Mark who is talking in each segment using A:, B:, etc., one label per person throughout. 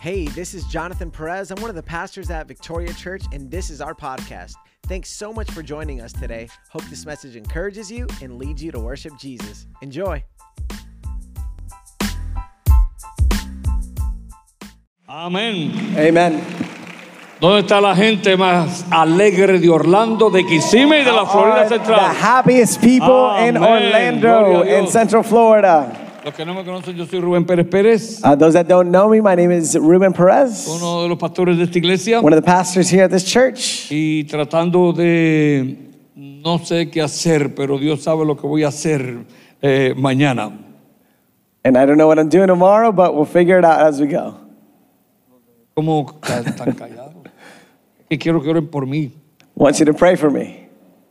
A: Hey, this is Jonathan Perez. I'm one of the pastors at Victoria Church, and this is our podcast. Thanks so much for joining us today. Hope this message encourages you and leads you to worship Jesus. Enjoy.
B: Amén.
C: Amen.
B: ¿Dónde está la gente más alegre de Orlando, de Kissimmee y de la Florida
C: Are the
B: Central?
C: happiest people
B: Amen.
C: in Orlando,
B: Gloria a
C: in
B: Dios.
C: Central Florida.
B: Los que no me conocen, yo soy Rubén Pérez Pérez,
C: Uh, those that don't know me, my name is Ruben Perez,
B: uno de los pastores de esta iglesia,
C: one of the pastors here at this church.
B: y tratando de, no sé qué hacer, pero Dios sabe lo que voy a hacer eh, mañana.
C: And I don't know what I'm doing tomorrow, but we'll figure it out as we go.
B: ¿Cómo ca- tan callado? Que quiero que oren por mí,
C: I want you to pray for me.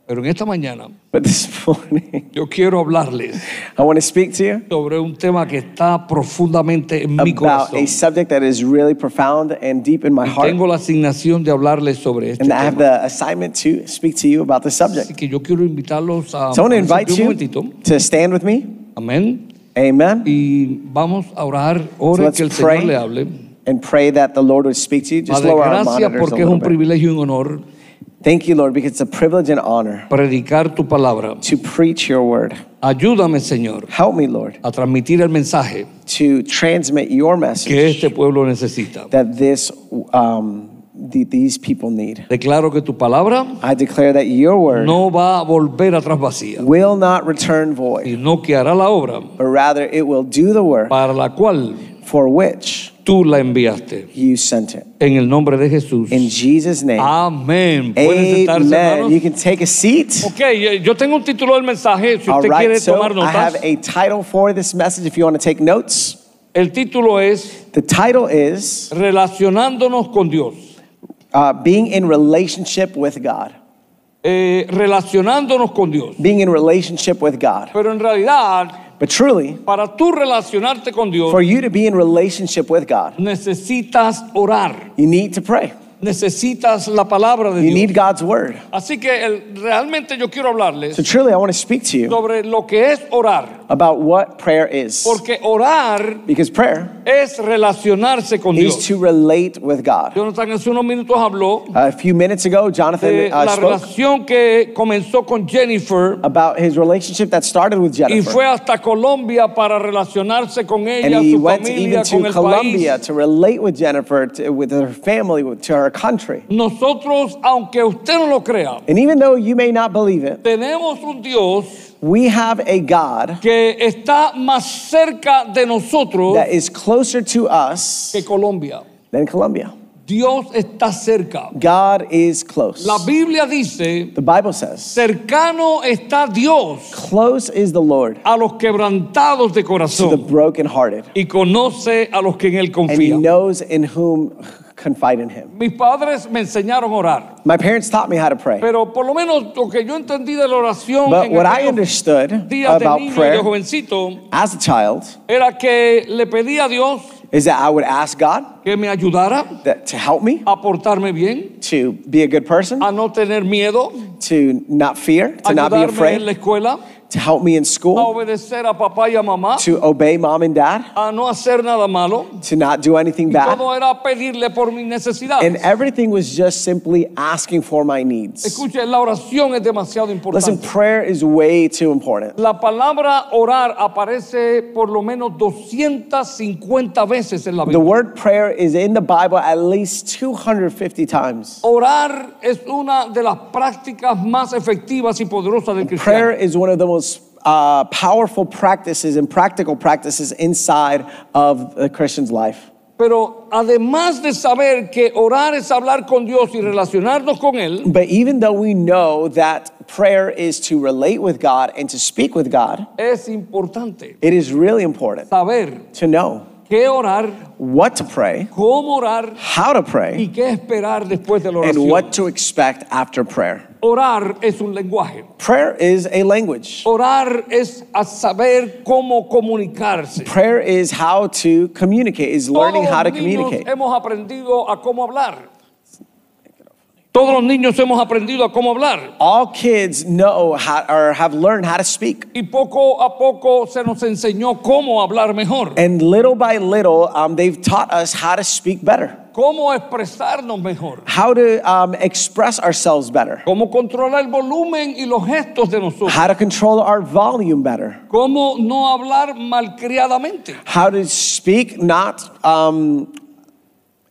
B: pero en esta mañana
C: But this morning,
B: yo quiero hablarles
C: I want to speak to you
B: sobre un tema que está profundamente en mi
C: about
B: corazón.
C: a subject that is really profound and deep in my heart.
B: Tengo la asignación de hablarles sobre este
C: And I have
B: tema.
C: the assignment to speak to you about this subject.
B: Así que yo quiero invitarlos a
C: So I want
B: ponerse
C: to
B: de
C: invite
B: un
C: you
B: momentito.
C: to stand with me.
B: Amén.
C: Amen.
B: Y vamos a orar, ore
C: So let's
B: que el Señor
C: pray.
B: le hable.
C: And pray that the Lord would speak to you. Just
B: Padre,
C: lower our
B: gracias
C: monitors a
B: porque es un
C: little bit.
B: privilegio y un honor
C: Thank you, Lord, because it's a privilege and honor
B: predicar tu palabra.
C: to preach your word.
B: Ayúdame, Señor,
C: Help me, Lord,
B: a transmitir el mensaje
C: to transmit your
B: que
C: message
B: este pueblo necesita.
C: that this, um, the, these people need.
B: Declaro que tu palabra
C: I declare that your word
B: no va a volver atrás vacía,
C: will not return void,
B: sino que hará la obra
C: but rather it will do the work
B: para la cual
C: for which
B: tú la enviaste.
C: you sent it.
B: En el nombre de Jesús.
C: In Jesus' name,
B: Amén. Pueden Ah, sentarse,
C: amen.
B: hermanos.
C: You can take a seat.
B: Ok, eh, yo tengo un título del mensaje, si
C: All
B: usted quiere
C: right, so
B: tomar
C: I
B: notas.
C: have a title for this message if you want to take notes.
B: El título es
C: The title is
B: Relacionándonos con Dios.
C: uh, Being in Relationship with God.
B: Eh, relacionándonos con Dios.
C: being in relationship with God.
B: Pero en realidad,
C: But truly,
B: para tú relacionarte con Dios,
C: for you to be in relationship with God,
B: necesitas orar,
C: you need to pray.
B: necesitas la palabra de
C: You
B: Dios.
C: need God's word.
B: Así que el- realmente yo quiero hablarles
C: So truly, I want to speak to you
B: sobre lo que es orar.
C: about what prayer is.
B: Porque orar
C: Because prayer
B: es relacionarse con
C: is
B: Dios.
C: to relate with God. Uh,
B: Jonathan hace unos minutos habló
C: A few minutes ago,
B: de
C: Jonathan uh,
B: Eh, la
C: spoke
B: relación que comenzó con Jennifer
C: about his relationship that started with
B: y fue
C: Jennifer.
B: hasta Colombia para relacionarse con
C: And
B: ella,
C: he
B: su
C: went
B: familia,
C: even
B: con
C: to
B: el
C: Colombia
B: país.
C: to relate with Jennifer, to, with her family, with, to her country.
B: Nosotros, aunque usted no lo crea,
C: And even though you may not believe it,
B: tenemos un Dios
C: we have a God
B: que está más cerca de nosotros
C: that is closer to us
B: que Colombia.
C: than Colombia.
B: Dios está cerca.
C: God is close.
B: La Biblia dice,
C: The Bible says,
B: cercano está Dios
C: close is the Lord
B: a los quebrantados de
C: to the
B: corazón
C: brokenhearted,
B: y conoce a los que en Él
C: and he
B: confían.
C: knows in whom confide in him.
B: Mis padres me enseñaron a orar.
C: My parents taught me how to pray,
B: Pero por lo menos lo que yo entendí de la oración
C: but
B: en
C: what I
B: aquellos
C: understood
B: días de
C: about
B: niño y de
C: prayer
B: jovencito
C: as a child
B: era que le pedí a Dios
C: is that I would ask God
B: que me ayudara
C: that, to help me,
B: a portarme bien,
C: to be a good person,
B: a no tener miedo,
C: to not fear, to not be
B: ayudarme en la Oh.
C: afraid,
B: escuela,
C: to help me in
B: a
C: school,
B: obedecer a papá y a mamá,
C: to obey mom and dad,
B: a no hacer nada malo.
C: to not do anything bad.
B: Todo era pedirle por mis
C: And
B: necesidades.
C: everything was just simply asking for my needs.
B: Escuche, la oración es demasiado
C: Listen,
B: importante.
C: prayer is way too important.
B: La palabra orar aparece por lo menos 250 veces en la Biblia.
C: The word prayer is in the Bible at least 250 times.
B: Orar es una de las prácticas más efectivas y poderosas del cristiano.
C: Prayer is one of the most uh, powerful practices and practical practices inside of the Christian's life.
B: Pero además de saber que orar es hablar con Dios y relacionarnos con Él,
C: But even though we know that prayer is to relate with God and to speak with God,
B: es importante
C: it is really important
B: saber
C: to know
B: qué orar,
C: what to pray,
B: cómo orar
C: how to pray,
B: y qué esperar después de la
C: and
B: oración.
C: what to expect after prayer.
B: Orar es un lenguaje.
C: Prayer is a language.
B: Orar es a saber cómo comunicarse.
C: Prayer is how to
B: Oh,
C: communicate, is learning
B: Todos
C: how to
B: los niños
C: communicate.
B: hemos aprendido a cómo hablar. Todos los niños hemos aprendido a cómo hablar
C: All kids know how, or have learned how to speak.
B: y poco a poco se nos enseñó cómo hablar mejor,
C: And little by little, um, they've taught us how to speak better,
B: cómo expresarnos mejor,
C: how to um, express ourselves better,
B: cómo controlar el volumen y los gestos de nosotros,
C: how to control our volume better,
B: cómo no hablar malcriadamente.
C: how to speak not um,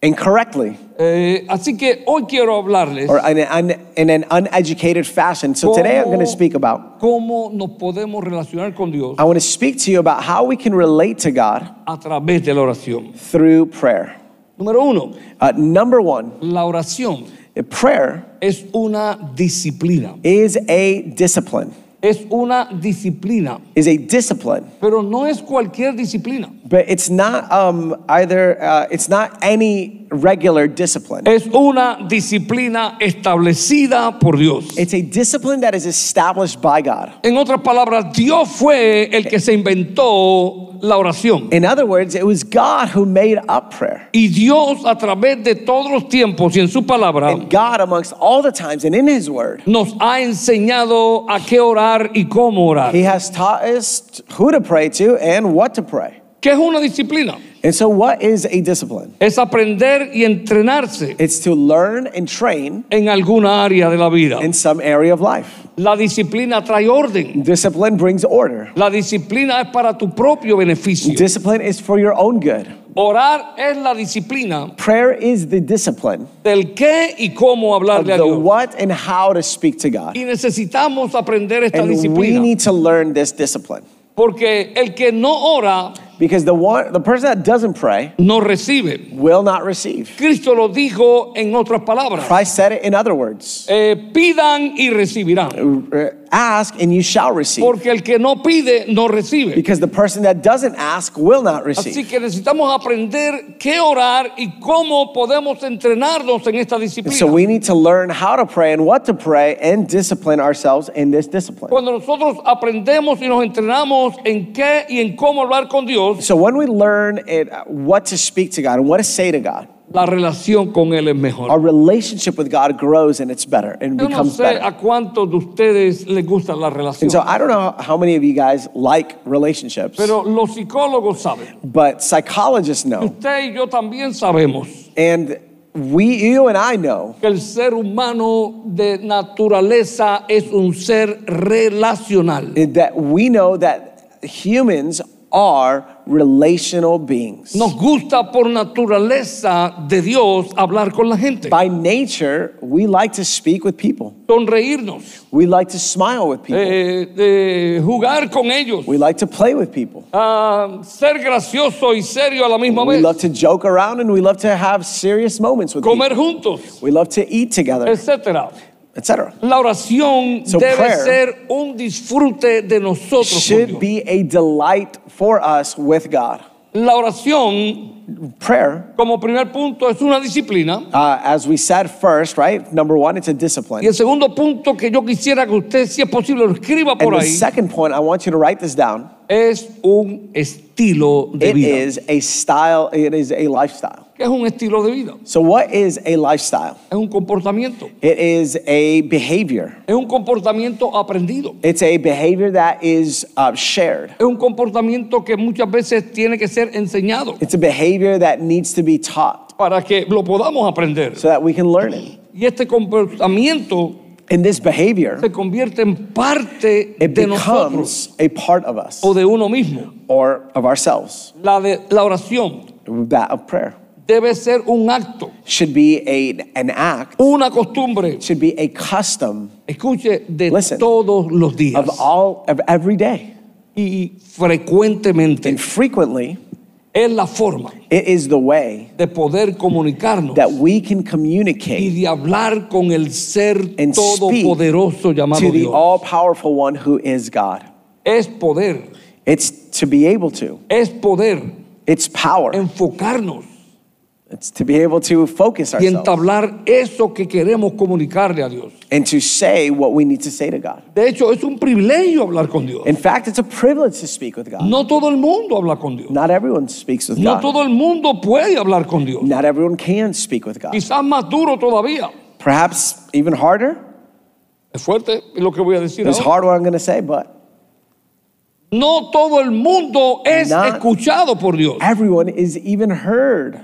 C: incorrectly
B: Eh, así que hoy quiero hablarles
C: or in an, un- in an uneducated fashion. So today I'm going to speak about,
B: cómo nos podemos relacionar con Dios
C: I want to speak to you about how we can relate to God
B: a través de la oración.
C: through prayer.
B: Número uno,
C: Uh, number one, uh,
B: la oración
C: prayer
B: es una disciplina.
C: is a discipline,
B: Es una disciplina,
C: is a discipline.
B: pero no es cualquier disciplina.
C: But it's not um, either, uh, it's not any regular discipline.
B: Es una disciplina establecida por Dios.
C: It's a discipline that is established by God.
B: En otras palabras, Dios fue el que se inventó la oración.
C: In other words, it was God who made up prayer.
B: Y Dios a través de todos los tiempos y en su palabra
C: And God, amongst all the times and in His Word,
B: nos ha enseñado a qué orar y cómo orar.
C: He has taught us who to pray to and what to pray.
B: ¿Qué es una disciplina?
C: And so, what is a discipline?
B: Es aprender y entrenarse
C: It's to learn and train
B: en alguna área de la vida.
C: in some area of life.
B: La disciplina trae orden.
C: Discipline brings order,
B: La disciplina es para tu propio beneficio.
C: discipline is for your own good.
B: Orar es la disciplina
C: Prayer is the discipline
B: del qué y cómo
C: of
B: hablarle a
C: the
B: Dios.
C: what and how to speak to God.
B: Y necesitamos aprender esta
C: And we
B: disciplina.
C: need to learn this discipline
B: Porque el que no ora,
C: because the one, the person that doesn't pray
B: no recibe.
C: will not receive.
B: Cristo lo dijo en otras palabras.
C: Christ said it in other words: "Uh,
B: Eh, pidan y recibirán.
C: "Ask and you shall receive."
B: Porque el que no pide, no recibe.
C: Because the person that doesn't ask will not
B: Así
C: receive.
B: que necesitamos aprender qué orar y cómo podemos entrenarnos en esta
C: And so
B: disciplina.
C: we need to learn how to pray and what to pray and discipline ourselves in this discipline.
B: Cuando nosotros aprendemos y nos entrenamos en qué y en cómo hablar con Dios,
C: So when we learn it, uh, what to speak to God and what to say to God,
B: la relación con Él es
C: our
B: mejor.
C: relationship with God grows and it's better and
B: Yo no
C: becomes
B: sé
C: better.
B: a cuántos de ustedes les gusta la relación,
C: And so I don't know how many of you guys like relationships,
B: pero los psicólogos saben.
C: but psychologists know
B: Usted y yo también sabemos
C: And we, you and I know
B: que el ser humano de naturaleza es un ser relacional.
C: that we know that humans are relational beings.
B: Nos gusta por naturaleza de Dios hablar con la gente,
C: By nature, we like to speak with people.
B: sonreírnos,
C: We like to smile with people.
B: eh, eh, jugar con ellos,
C: We like to play with people.
B: ah, ser gracioso y serio a la misma
C: We
B: vez,
C: love to joke around and we love to have serious moments with people.
B: comer juntos,
C: We love to eat together,
B: etcétera.
C: etc.
B: La oración
C: So
B: debe
C: prayer
B: ser un disfrute de nosotros. con Dios.
C: Should be a delight for us with God.
B: La oración,
C: Prayer,
B: como primer punto, es una disciplina.
C: uh, as we said first, right? Number one, it's a discipline.
B: Y el segundo punto que yo quisiera que usted, si es posible, lo escriba por
C: And the
B: ahí,
C: second point, I want you to write this down.
B: es un estilo de
C: It
B: vida.
C: is a style, it is a lifestyle.
B: ¿Qué es un estilo de vida?
C: So, what is a lifestyle?
B: Es un comportamiento.
C: It is a behavior.
B: Es un comportamiento aprendido.
C: It's a behavior that is uh, shared.
B: Es un comportamiento que muchas veces tiene que ser enseñado
C: It's a behavior that needs to be taught
B: para que lo podamos aprender.
C: so that we can learn it.
B: Y este comportamiento
C: And this behavior,
B: se convierte en parte
C: it
B: de nosotros
C: becomes a part of us
B: o de uno mismo.
C: or of ourselves.
B: La, de, la oración
C: That of prayer
B: debe ser un acto,
C: should be a, an act,
B: una costumbre,
C: should be a custom
B: escuche, de
C: Listen.
B: todos los días
C: of all of every day.
B: y frecuentemente.
C: And frequently,
B: Es la forma
C: it is the way
B: de poder comunicarnos
C: that we can
B: y
C: communicate
B: de hablar con el ser
C: and speak
B: todopoderoso llamado
C: to the
B: Dios.
C: all powerful one who is God.
B: Es poder,
C: It's to be able to,
B: es poder
C: it's power,
B: enfocarnos
C: it's to be able to focus
B: y
C: ourselves
B: entablar eso que queremos comunicarle a Dios.
C: and to say what we need to say to God.
B: De hecho, es un privilegio hablar con Dios.
C: In fact, it's a privilege to speak with God.
B: No todo el mundo habla con Dios.
C: Not everyone speaks with
B: No
C: God,
B: todo el mundo puede hablar con Dios.
C: not everyone can speak with God.
B: Quizás más duro todavía.
C: Perhaps even harder.
B: Es fuerte lo que voy a decir
C: It's
B: ahora.
C: hard what I'm going to say, but
B: No todo el mundo es
C: Not-
B: escuchado por Dios.
C: everyone is even heard.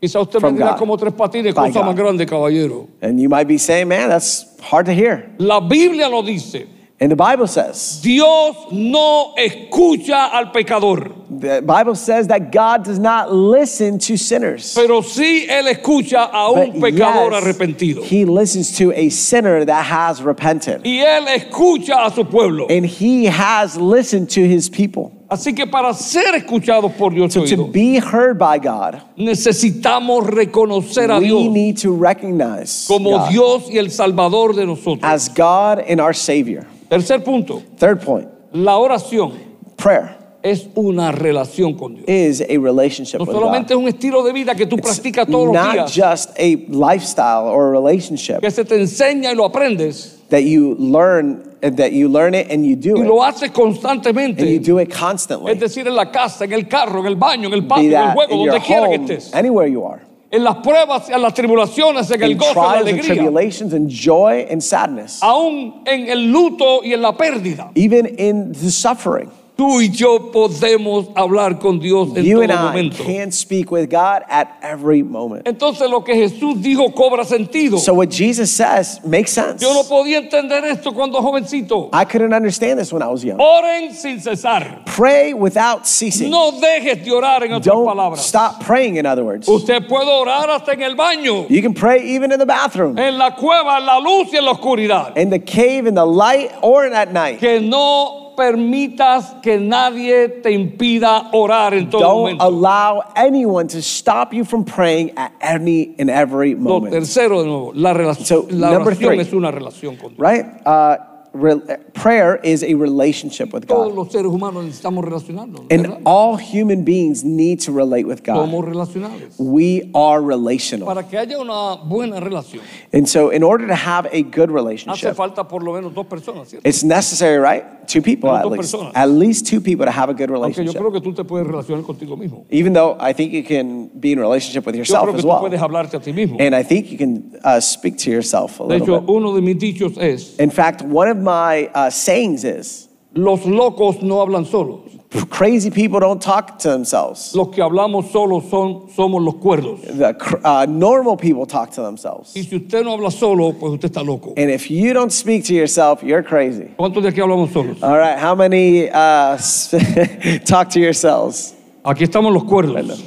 B: Quizá usted me
C: From
B: dirá
C: God.
B: como tres patines,
C: By
B: cosa
C: God.
B: más grande, caballero.
C: And you might be saying, man, that's hard to hear.
B: La Biblia lo dice.
C: And the Bible says,
B: Dios no escucha al pecador,
C: the Bible says that God does not listen to sinners.
B: pero sí Él escucha a
C: But
B: un pecador
C: yes,
B: arrepentido.
C: He listens to a sinner that has repented.
B: Y Él escucha a su pueblo.
C: And he has listened to his people.
B: Así que para ser escuchados por Dios,
C: So to
B: oído,
C: be heard by God,
B: necesitamos reconocer a
C: we
B: Dios
C: need to recognize
B: como
C: God
B: Dios y el Salvador de nosotros.
C: as God and our Savior.
B: Tercer punto,
C: Third point
B: la oración
C: prayer
B: es una relación con Dios.
C: is a relationship
B: No
C: with Eh, God.
B: solamente es un estilo de vida que tú practicas todos los
C: Not
B: días,
C: just a lifestyle or a relationship
B: que se te enseña y lo aprendes
C: that you learn and that you learn it and you
B: y
C: do it
B: lo haces
C: and you
B: constantemente.
C: do it
B: Es
C: constantly.
B: decir, en la casa, en el carro, en el baño, en el patio,
C: Pues.
B: en
C: Be
B: el
C: that
B: juego,
C: in your
B: donde quiera que
C: home,
B: estés.
C: anywhere you are,
B: En las pruebas, en las tribulaciones, en el
C: in
B: gozo, en la
C: trials and
B: alegría.
C: tribulations, and joy and sadness,
B: Aún en el luto y en la pérdida.
C: even in the suffering.
B: Tú y yo podemos hablar con Dios en
C: You
B: todo
C: and I
B: momento.
C: can speak with God at every moment.
B: Entonces lo que Jesús dijo cobra sentido.
C: So what Jesus says makes sense.
B: yo no podía entender esto cuando jovencito.
C: I couldn't understand this when I was young.
B: Oren sin cesar.
C: Pray without ceasing.
B: No dejes de orar en otras
C: Don't
B: palabras.
C: stop praying, in other words.
B: Usted puede orar hasta en el baño,
C: You can pray even in the bathroom,
B: en la cueva, en la luz y en la oscuridad.
C: in the cave, in the light, or at night.
B: Que no permitas que nadie te impida orar en todo
C: Don't
B: momento.
C: allow anyone to stop you from praying at any and every
B: Lo
C: moment.
B: tercero de nuevo, la, relación,
C: So,
B: la
C: number
B: oración
C: three.
B: es una relación con Dios.
C: Right? Uh, re- prayer is a relationship with
B: Todos
C: God.
B: los seres humanos necesitamos relacionarnos.
C: And
B: ¿verdad?
C: all human beings need to relate with God.
B: Somos relacionables.
C: we are relational.
B: Para que haya una buena relación,
C: And so, in order to have a good
B: hace
C: relationship,
B: falta por lo menos dos personas, ¿cierto?
C: it's necessary, right? Two people
B: Pero
C: at
B: dos
C: least.
B: personas.
C: At least two people to have a good
B: Aunque yo
C: relationship.
B: creo que tú te puedes relacionar contigo mismo.
C: Even though I think you can be in a relationship with
B: Yo
C: yourself
B: creo que
C: as
B: tú
C: well.
B: puedes hablarte a ti mismo.
C: And I think you can uh, speak to yourself a
B: De
C: little
B: hecho,
C: bit.
B: uno de mis dichos es,
C: In fact, one of my uh, sayings is
B: los locos no hablan solos.
C: crazy people don't talk to themselves,
B: Los que hablamos solos son, somos los cuerdos.
C: the cr- uh, normal people talk to themselves.
B: Y si usted no habla solo, pues usted está loco.
C: And if you don't speak to yourself, you're crazy.
B: ¿Cuántos de aquí hablamos solos?
C: All right, how many uh, talk to yourselves?
B: Aquí estamos los cuerdos.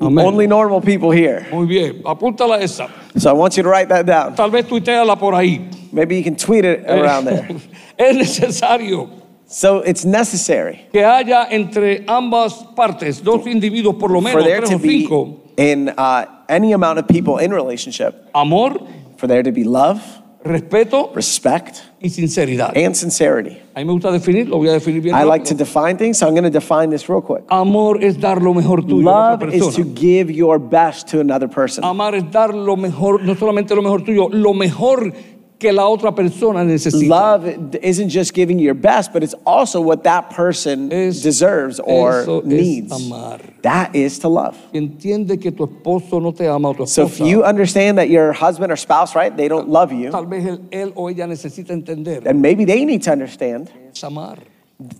B: Amén.
C: Only normal people here.
B: Muy bien, apúntala esa.
C: So I want you to write that down.
B: Tal vez tuiteala por ahí.
C: Maybe you can tweet it around there.
B: es necesario
C: So it's necessary
B: que haya entre ambas partes, dos individuos por lo
C: for
B: menos,
C: there
B: tres
C: to
B: o
C: be
B: cinco,
C: in uh, any amount of people in relationship,
B: amor,
C: for there to be love,
B: respeto
C: respect,
B: y sinceridad.
C: and sincerity.
B: A mí me gusta definir, lo voy a definir bien.
C: I like to
B: rápido.
C: define things, so I'm going to define this real quick.
B: Amor es dar lo mejor tuyo a
C: Love
B: otra
C: is to
B: persona. Ah,
C: give your best to another person.
B: Amar es dar lo mejor, no solamente lo mejor tuyo, lo mejor que la otra persona necesita.
C: Love isn't just giving your best, but it's also what that person
B: Es-
C: deserves or
B: eso es
C: needs.
B: amar.
C: That is to love.
B: Si Entiende que tu esposo no te ama o tu
C: So if
B: esposa.
C: you understand that your husband or spouse, right, they don't love you,
B: Tal vez él, él o ella necesita entender
C: then maybe they need to understand
B: es amar.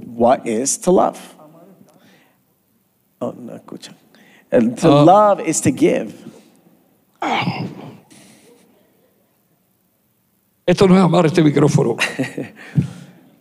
C: what is to love. Oh, no, escucha. And to
B: Uh,
C: love is to give.
B: Esto no es amar este micrófono.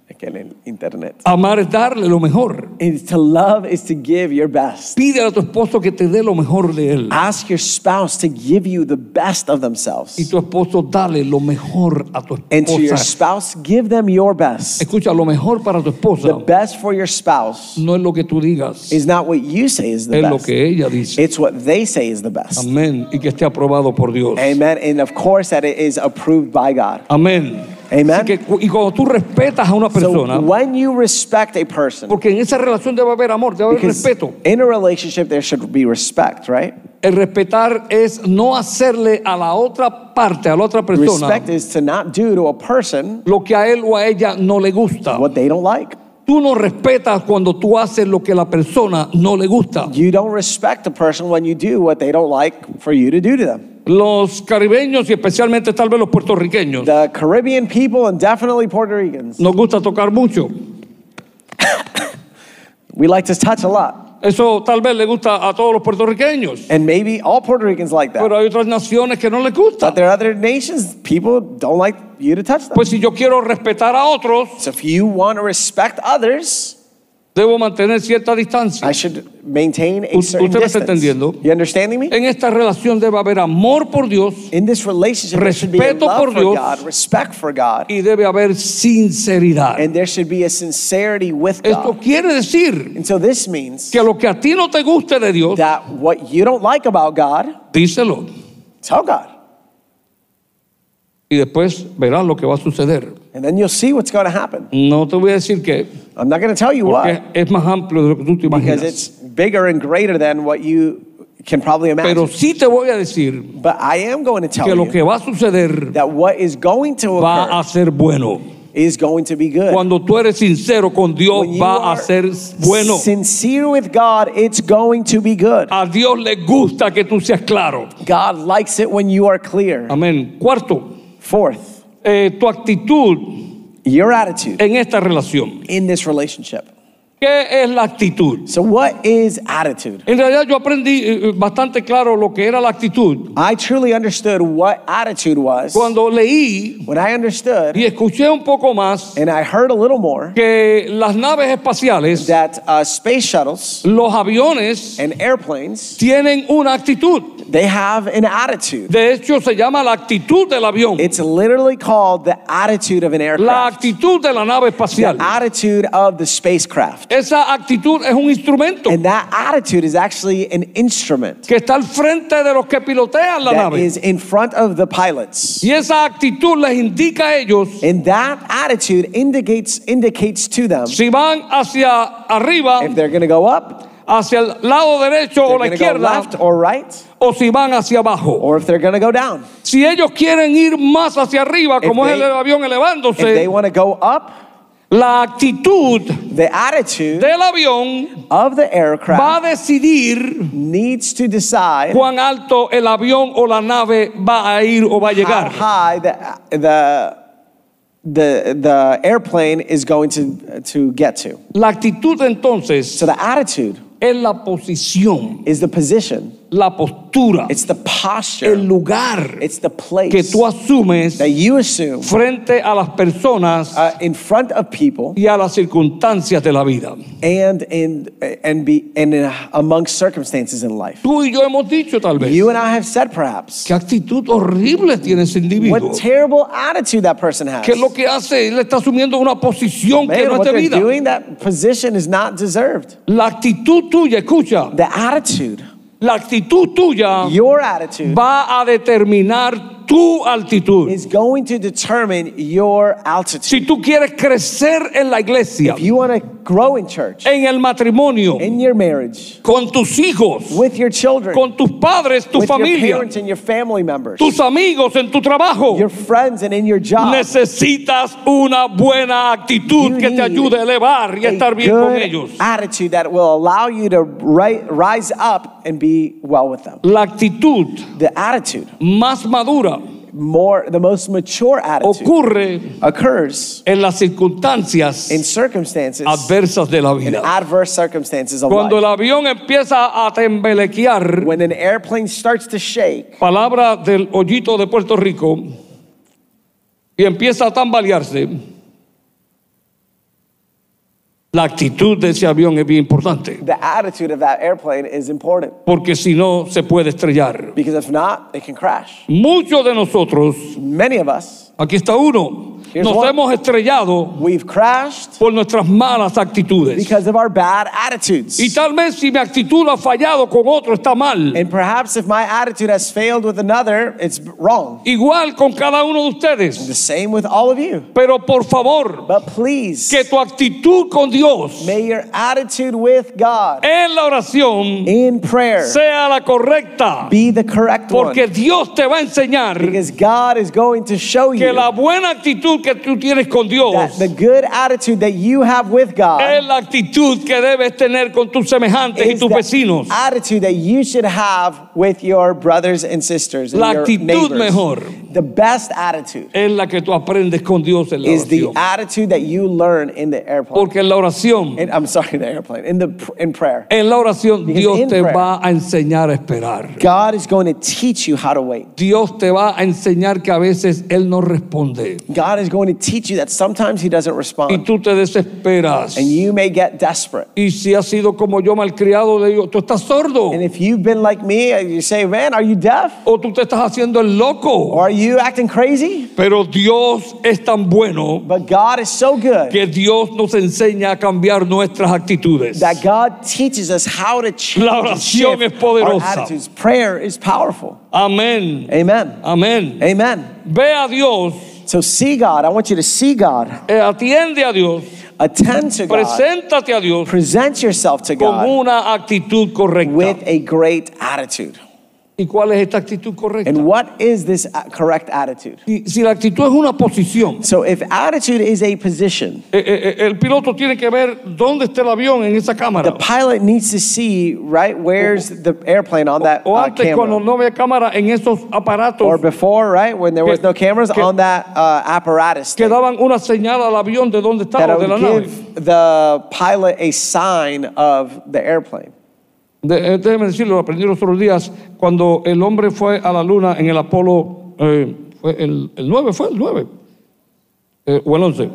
C: Aquí en el internet.
B: Amar es darle lo mejor.
C: Is to love is to give your best.
B: Pide a tu esposo que te dé lo mejor de él.
C: Ask your spouse to give you the best of
B: Y
C: themselves.
B: tu esposo dale lo mejor a tu
C: And to your
B: esposa.
C: spouse, give them your best.
B: Escucha, lo mejor para tu
C: The
B: esposa
C: best for your spouse
B: no es lo que tú digas, es
C: is not what you say is the
B: lo
C: best.
B: que ella dice.
C: It's what they say is the best.
B: Amén. Y que esté aprobado por Dios.
C: Amen. And of course, that it is approved by God.
B: Amén.
C: Amen.
B: Así que cu- y cuando tú respetas a una
C: So
B: persona,
C: when you respect a person,
B: porque en esa relación debe haber amor, debe haber
C: because
B: respeto.
C: in a relationship there should be respect, right?
B: El respetar es no hacerle a la otra parte, a la otra persona,
C: Respect is to not do to a person
B: lo que a él o a ella no le gusta.
C: what they don't like.
B: Tú no respetas cuando tú haces lo que la persona no le gusta.
C: You don't respect a person when you do what they don't like for you to do to them.
B: los caribeños y especialmente tal vez los puertorriqueños,
C: The Caribbean people and definitely Puerto Ricans.
B: nos gusta tocar mucho.
C: We like to touch a lot.
B: Eso tal vez le gusta a todos los puertorriqueños,
C: And maybe all Puerto Ricans like that.
B: pero hay otras naciones que no les gusta.
C: But there are other nations, people don't like you to touch them.
B: Pues si yo quiero respetar a otros,
C: So if you want to respect others,
B: debo mantener cierta distancia.
C: I should maintain a
B: U-
C: certain
B: usted me está
C: distance.
B: entendiendo. Eh,
C: You understanding me?
B: En esta relación debe haber amor por Dios
C: In this relationship, there should be a
B: Respeto
C: love
B: por
C: for
B: Dios.
C: God, respect for God,
B: y debe haber sinceridad.
C: and there should be a sincerity with
B: Esto
C: God.
B: quiere decir
C: And so this means
B: que lo que a ti no te guste de Dios,
C: that what you don't like about God,
B: díselo
C: tell God.
B: y después verás lo que va a suceder.
C: And then you'll see what's going to happen.
B: No te voy a decir qué,
C: I'm not going to tell you
B: porque
C: why,
B: es más amplio de lo que tú te
C: because it's
B: imaginas.
C: bigger and greater than what you can probably imagine.
B: Pero sí te voy a decir
C: but I am going to tell
B: que lo
C: you
B: que va a suceder
C: that what is going to occur
B: va a ser bueno.
C: is going to be good.
B: Cuando tú eres sincero con Dios,
C: When you
B: va a
C: are
B: ser bueno.
C: Sincere with God, it's going to be good.
B: A Dios le gusta que tú seas claro.
C: God likes it when you are clear.
B: Amén. Cuarto,
C: Fourth,
B: eh, tu actitud
C: your attitude
B: en esta relación.
C: in this relationship.
B: ¿Qué es la actitud?
C: So, what is attitude?
B: En realidad yo aprendí eh, bastante claro lo que era la actitud
C: I truly understood what attitude was
B: cuando leí
C: when I understood
B: y escuché un poco más
C: and I heard a little more
B: que las naves espaciales,
C: that uh, space shuttles
B: los aviones,
C: and airplanes
B: tienen una actitud.
C: they have an attitude.
B: De hecho, se llama la actitud del avión,
C: It's literally called the attitude of an
B: la
C: aircraft.
B: actitud de la nave espacial.
C: Attitude of the spacecraft.
B: Esa actitud es un instrumento
C: And that attitude is actually an instrument
B: que está al frente de los que pilotean la
C: that
B: nave.
C: is in front of the pilots.
B: Y esa actitud les indica a ellos
C: And that attitude indicates indicates to them
B: si van hacia arriba,
C: if they're going to go up,
B: hacia el lado derecho o
C: they're
B: la
C: going to go
B: izquierda,
C: left or right,
B: o si van hacia abajo.
C: or if they're going to go down.
B: Si ellos quieren ir más hacia arriba,
C: If
B: como es el
C: they-
B: avión
C: If they
B: elevándose,
C: want to go up,
B: la actitud
C: the attitude
B: del avión
C: of the
B: va a
C: aircraft
B: decidir
C: needs to decide
B: cuán alto el avión o la nave va a ir o va a
C: how
B: llegar.
C: high the the the, the airplane is going to to get to.
B: La actitud entonces
C: So the attitude
B: es la posición,
C: is the position.
B: la postura,
C: It's the
B: el
C: posture.
B: lugar
C: It's the place.
B: que tú asumes
C: that you assume
B: frente a las personas
C: uh, in front of people
B: y a las circunstancias de la vida.
C: and in and be and in, amongst circumstances in life.
B: Tú y yo hemos dicho tal vez,
C: You and I have said perhaps
B: qué actitud horrible tiene ese individuo.
C: what terrible attitude that person has.
B: Que lo que hace, él está asumiendo una posición que
C: Man,
B: no es
C: what
B: de
C: they're
B: vida.
C: doing, that position is not deserved.
B: La actitud tuya, escucha,
C: The attitude,
B: la actitud tuya
C: your attitude,
B: va a determinar tu altitud.
C: is going to determine your altitude.
B: Si tú quieres crecer en la iglesia,
C: If you want to grow in church,
B: en el matrimonio,
C: in your marriage,
B: con tus hijos,
C: with your children,
B: con tus padres, tu
C: with your
B: familia,
C: parents and your family members,
B: tus amigos, en tu trabajo,
C: your friends and in your job,
B: necesitas una buena actitud
C: You
B: que te
C: need
B: ayude a elevar y a
C: a
B: estar bien con
C: good
B: ellos.
C: Attitude that will allow you to ri- rise up and be well with them.
B: La actitud
C: The attitude,
B: más madura
C: more the most mature attitude,
B: ocurre
C: occurs
B: en las circunstancias
C: in circumstances,
B: adversas de la
C: in
B: vida.
C: adverse circumstances of
B: Cuando el
C: life.
B: avión empieza a tembelequear,
C: When an airplane starts to shake
B: palabra del hoyito de Puerto Rico, y empieza a tambalearse, la actitud de ese avión es bien importante,
C: the attitude of that airplane is important
B: porque si no se puede estrellar.
C: because if not, it can crash.
B: Muchos de nosotros,
C: Many of us,
B: aquí está uno,
C: Here's
B: nos
C: one.
B: hemos estrellado
C: we've crashed
B: por nuestras malas actitudes.
C: because of our bad
B: Y
C: attitudes.
B: tal vez si mi actitud ha fallado con otro está mal.
C: And perhaps if my attitude has failed with another, it's wrong.
B: Igual con cada uno de ustedes.
C: The same with all of you.
B: Pero por favor,
C: But please,
B: que tu actitud con Dios
C: may your attitude with God
B: en la oración
C: in prayer
B: sea la correcta.
C: be the correct
B: Porque
C: one.
B: Dios te va a enseñar
C: Because God is going to show you
B: que la
C: you.
B: buena actitud que tú tienes con Dios
C: That the good attitude that you have with God
B: es la actitud que debes tener con tus semejantes y
C: is
B: tus vecinos.
C: the attitude that you should have with your brothers and sisters and
B: La
C: your
B: actitud
C: neighbors.
B: mejor.
C: The best attitude
B: Es la que tú aprendes con Dios en la
C: is the
B: oración.
C: attitude that you learn in the airplane.
B: Porque en la oración,
C: In- I'm sorry, the airplane. In the pr- in prayer.
B: en la oración
C: Because
B: Dios
C: in
B: te
C: prayer-
B: va a enseñar a esperar.
C: God is going to teach you how to wait.
B: Dios te va a enseñar que a veces Él no responde.
C: God is going to teach you that sometimes he doesn't
B: Y
C: respond
B: tú te desesperas.
C: and you may get desperate.
B: Y si has sido como yo malcriado, le digo, tú estás sordo.
C: And if you've been like me, and you say, "Man, are you deaf?
B: O tú te estás haciendo el loco.
C: Or are you acting crazy?"
B: Pero Dios es tan bueno
C: But God is so good
B: que Dios nos enseña a cambiar nuestras actitudes.
C: that God teaches us how to change
B: La
C: and
B: oración
C: shift
B: es poderosa.
C: our attitudes. Prayer is powerful.
B: Amén.
C: Amen.
B: Amén.
C: Amen.
B: Ve a Dios,
C: So see God. I want you to see God.
B: eh, atiende a Dios,
C: Attend to God.
B: preséntate a Dios
C: Present yourself to
B: con
C: God
B: una actitud
C: with
B: correcta.
C: a great attitude.
B: ¿Y cuál es esta actitud correcta?
C: And what is this a- correct attitude?
B: Si, si la actitud es una posición,
C: So if attitude is a position,
B: eh, eh, eh, el piloto tiene que ver dónde está el avión en esa
C: the
B: cámara.
C: pilot needs to see right where's the airplane on that
B: O
C: uh,
B: antes, cuando
C: camera.
B: no había cámara en esos aparatos
C: Or before, right, when there was no cameras
B: que-
C: on that uh, apparatus.
B: que
C: thing.
B: daban una señal al avión de dónde
C: that I
B: estaba, de la
C: would
B: nave.
C: give the pilot a sign of the airplane.
B: De- eh, déjeme decirlo, lo aprendí los otros días, cuando el hombre fue a la luna en el Apolo, eh, fue el, el 9, fue el 9, Eh, o el 11,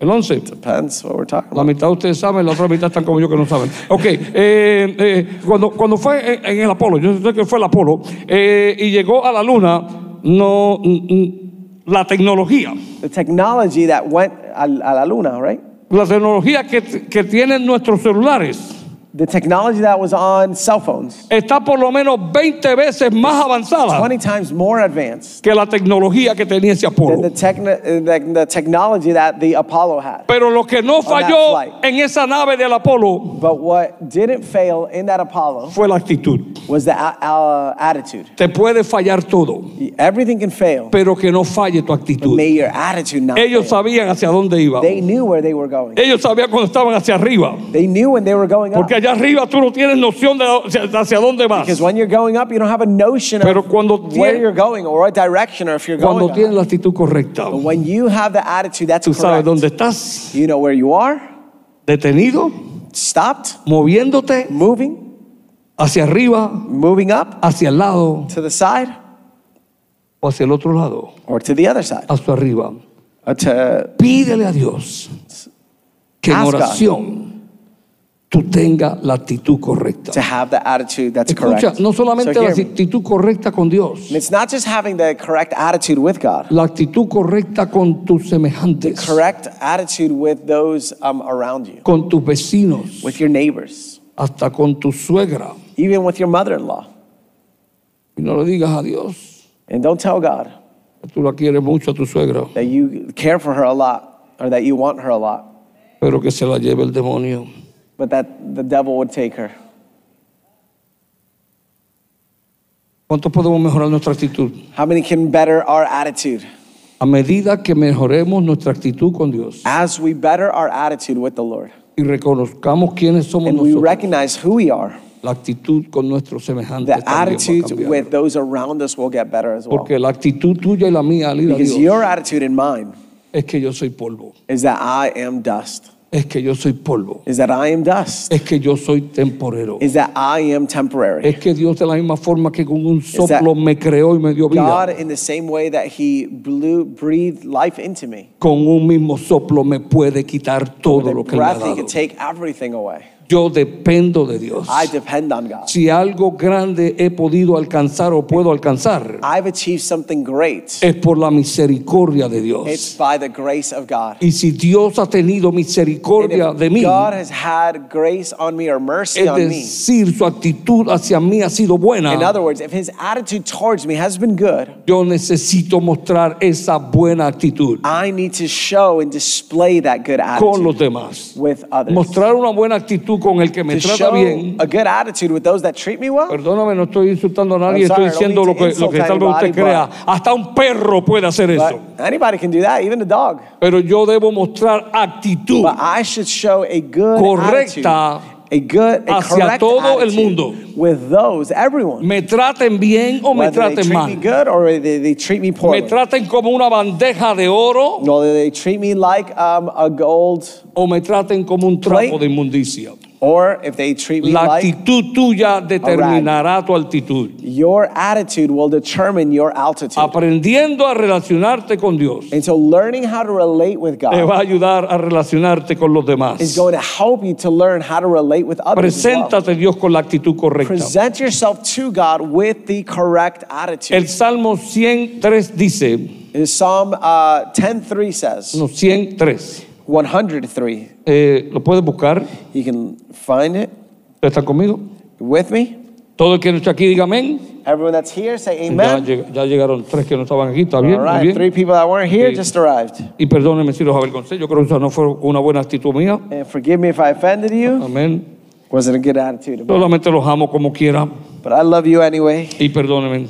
B: el 11.
C: Depends what we're talking
B: La
C: about.
B: mitad ustedes saben, la otra mitad están como yo que no saben. Ok, eh, eh, cuando, cuando fue en, en el Apolo, yo sé que fue el Apolo, eh, y llegó a la luna, no, mm, mm, la tecnología,
C: The technology that went a, a la luna, right?
B: la tecnología que, que tienen nuestros celulares,
C: The technology that was on cell phones,
B: está por lo menos 20 veces más avanzada
C: 20 times more advanced
B: que la tecnología que tenía ese
C: than
B: Apolo.
C: the, techno- uh, the, the technology that the Apollo had.
B: Pero lo que
C: Oh,
B: no falló
C: flight.
B: en esa nave del Apolo
C: But what didn't fail in that Apollo
B: fue la actitud.
C: was the a- uh, attitude.
B: Te puede fallar todo,
C: Everything can fail,
B: pero que no falle tu
C: but
B: actitud.
C: may your attitude not
B: Ellos
C: fail.
B: sabían hacia dónde iban.
C: They knew where they were going.
B: Ellos sabían cuando estaban hacia arriba.
C: They knew when they were going up.
B: Porque allá arriba tú no tienes noción de hacia- hacia dónde vas.
C: Because when you're going up, you don't have a notion
B: Pero
C: of
B: cuando
C: where you're
B: tienes,
C: going or what direction or if you're
B: cuando
C: going. or
B: tienes
C: not.
B: la actitud correcta,
C: But when you have the attitude that's
B: tú sabes
C: correct,
B: dónde estás,
C: you know where you are,
B: detenido,
C: stopped,
B: moviéndote
C: moving,
B: hacia arriba,
C: moving up
B: hacia el lado
C: to the side
B: o hacia el otro lado,
C: or to the other side.
B: hacia arriba. Uh,
C: Or to,
B: Pídele a Dios que en
C: Ask God.
B: oración tú tengas la actitud correcta.
C: to have the attitude that's
B: Escucha,
C: correct.
B: no
C: So
B: solamente la
C: hear me.
B: actitud correcta con Dios,
C: And it's not just having the correct attitude with God,
B: la actitud correcta con tus semejantes,
C: correct attitude with those um, around you,
B: con tus vecinos,
C: with your neighbors,
B: hasta con tu suegra.
C: even with your mother in law.
B: Y no le digas a Dios
C: And don't tell God
B: que tú la quieres mucho a tu suegra,
C: that you care for her a lot or that you want her a lot.
B: pero que se la lleve el demonio.
C: but that the devil would take her.
B: ¿Cuánto podemos mejorar nuestra actitud?
C: How many can better our attitude?
B: A medida que mejoremos nuestra actitud con Dios
C: As we better our attitude with the Lord
B: y reconozcamos quiénes somos
C: and we
B: nosotros.
C: recognize who we are,
B: La actitud con nuestros semejantes.
C: the
B: también va a
C: attitudes
B: cambiar.
C: with those around us will get better as well.
B: Porque la actitud tuya y la mía al ir a
C: Because
B: Dios
C: your attitude and mine
B: es que yo soy polvo,
C: is that I am dust,
B: es que yo soy polvo,
C: is that I am dust,
B: es que yo soy temporero,
C: is that I am temporary.
B: es que Dios de la misma forma que con un
C: that-
B: soplo me creó y me dio
C: God,
B: vida,
C: in the same way that He blew, breathed life into me,
B: con un mismo soplo me puede quitar todo
C: with a
B: lo que me ha
C: breath, He
B: dado.
C: could take everything away.
B: Yo dependo de Dios.
C: I depend on God.
B: Si algo grande he podido alcanzar o puedo alcanzar,
C: I've achieved something great.
B: es por la misericordia de Dios.
C: It's by the grace of God.
B: Y si Dios ha tenido
C: And if
B: misericordia de mí,
C: God has had grace on me or mercy
B: Es
C: on me.
B: decir, su actitud hacia mí ha sido
C: In
B: buena.
C: other words, if his attitude towards me has been good,
B: Yo necesito mostrar esa buena actitud
C: I need to show and display that good
B: con
C: attitude
B: los demás.
C: with others.
B: Mostrar una buena actitud actitud con el que me
C: to
B: trata
C: show
B: bien.
C: a good attitude with those that treat me well.
B: Perdóname, no estoy insultando a nadie,
C: I'm sorry,
B: estoy diciendo
C: I don't
B: lo
C: mean to
B: que, lo que
C: insult
B: tal vez usted
C: anybody,
B: crea. Hasta un perro puede hacer eso.
C: But anybody can do that, even a dog.
B: Pero yo debo mostrar actitud
C: But I should show a good
B: Correcta
C: attitude, a good, a
B: hacia
C: correct
B: todo el
C: attitude
B: mundo.
C: with those, everyone.
B: me traten bien o me
C: Whether they
B: traten
C: treat
B: mal.
C: me good or they, they treat me
B: Me
C: poorly.
B: traten como una bandeja de oro
C: Whether they treat me like um, a gold,
B: o me traten como un trapo
C: Play-
B: de inmundicia.
C: or if they treat me
B: La
C: like
B: actitud tuya determinará tu altitud.
C: your attitude will determine your altitude.
B: Aprendiendo a relacionarte con Dios
C: and so learning how to relate with God
B: te va a ayudar a relacionarte con los
C: is
B: demás.
C: going to help you to learn how to relate with others. as well.
B: Preséntate Dios con la actitud correcta.
C: Present yourself to God with the correct
B: El
C: attitude.
B: Salmo 103 dice,
C: It is Psalm uh, 10.3 says,
B: no, 103,
C: 103.
B: eh, lo puedes buscar,
C: You can find it
B: ¿estás conmigo?
C: with me.
B: Todo el que no está aquí, diga amén.
C: Everyone that's here, say
B: Ya,
C: amen.
B: lleg- ya llegaron tres que no estaban aquí, está bien,
C: All
B: muy
C: right, three
B: bien.
C: people that weren't here
B: Sí.
C: just arrived.
B: Y perdónenme si los avergoncé, yo creo que esa no fue una buena actitud mía.
C: And forgive me if I offended
B: Uh-huh.
C: you.
B: Amén.
C: Wasn't a good attitude, of mine,
B: Solamente los amo como quiera
C: but I love you anyway.
B: y perdónenme.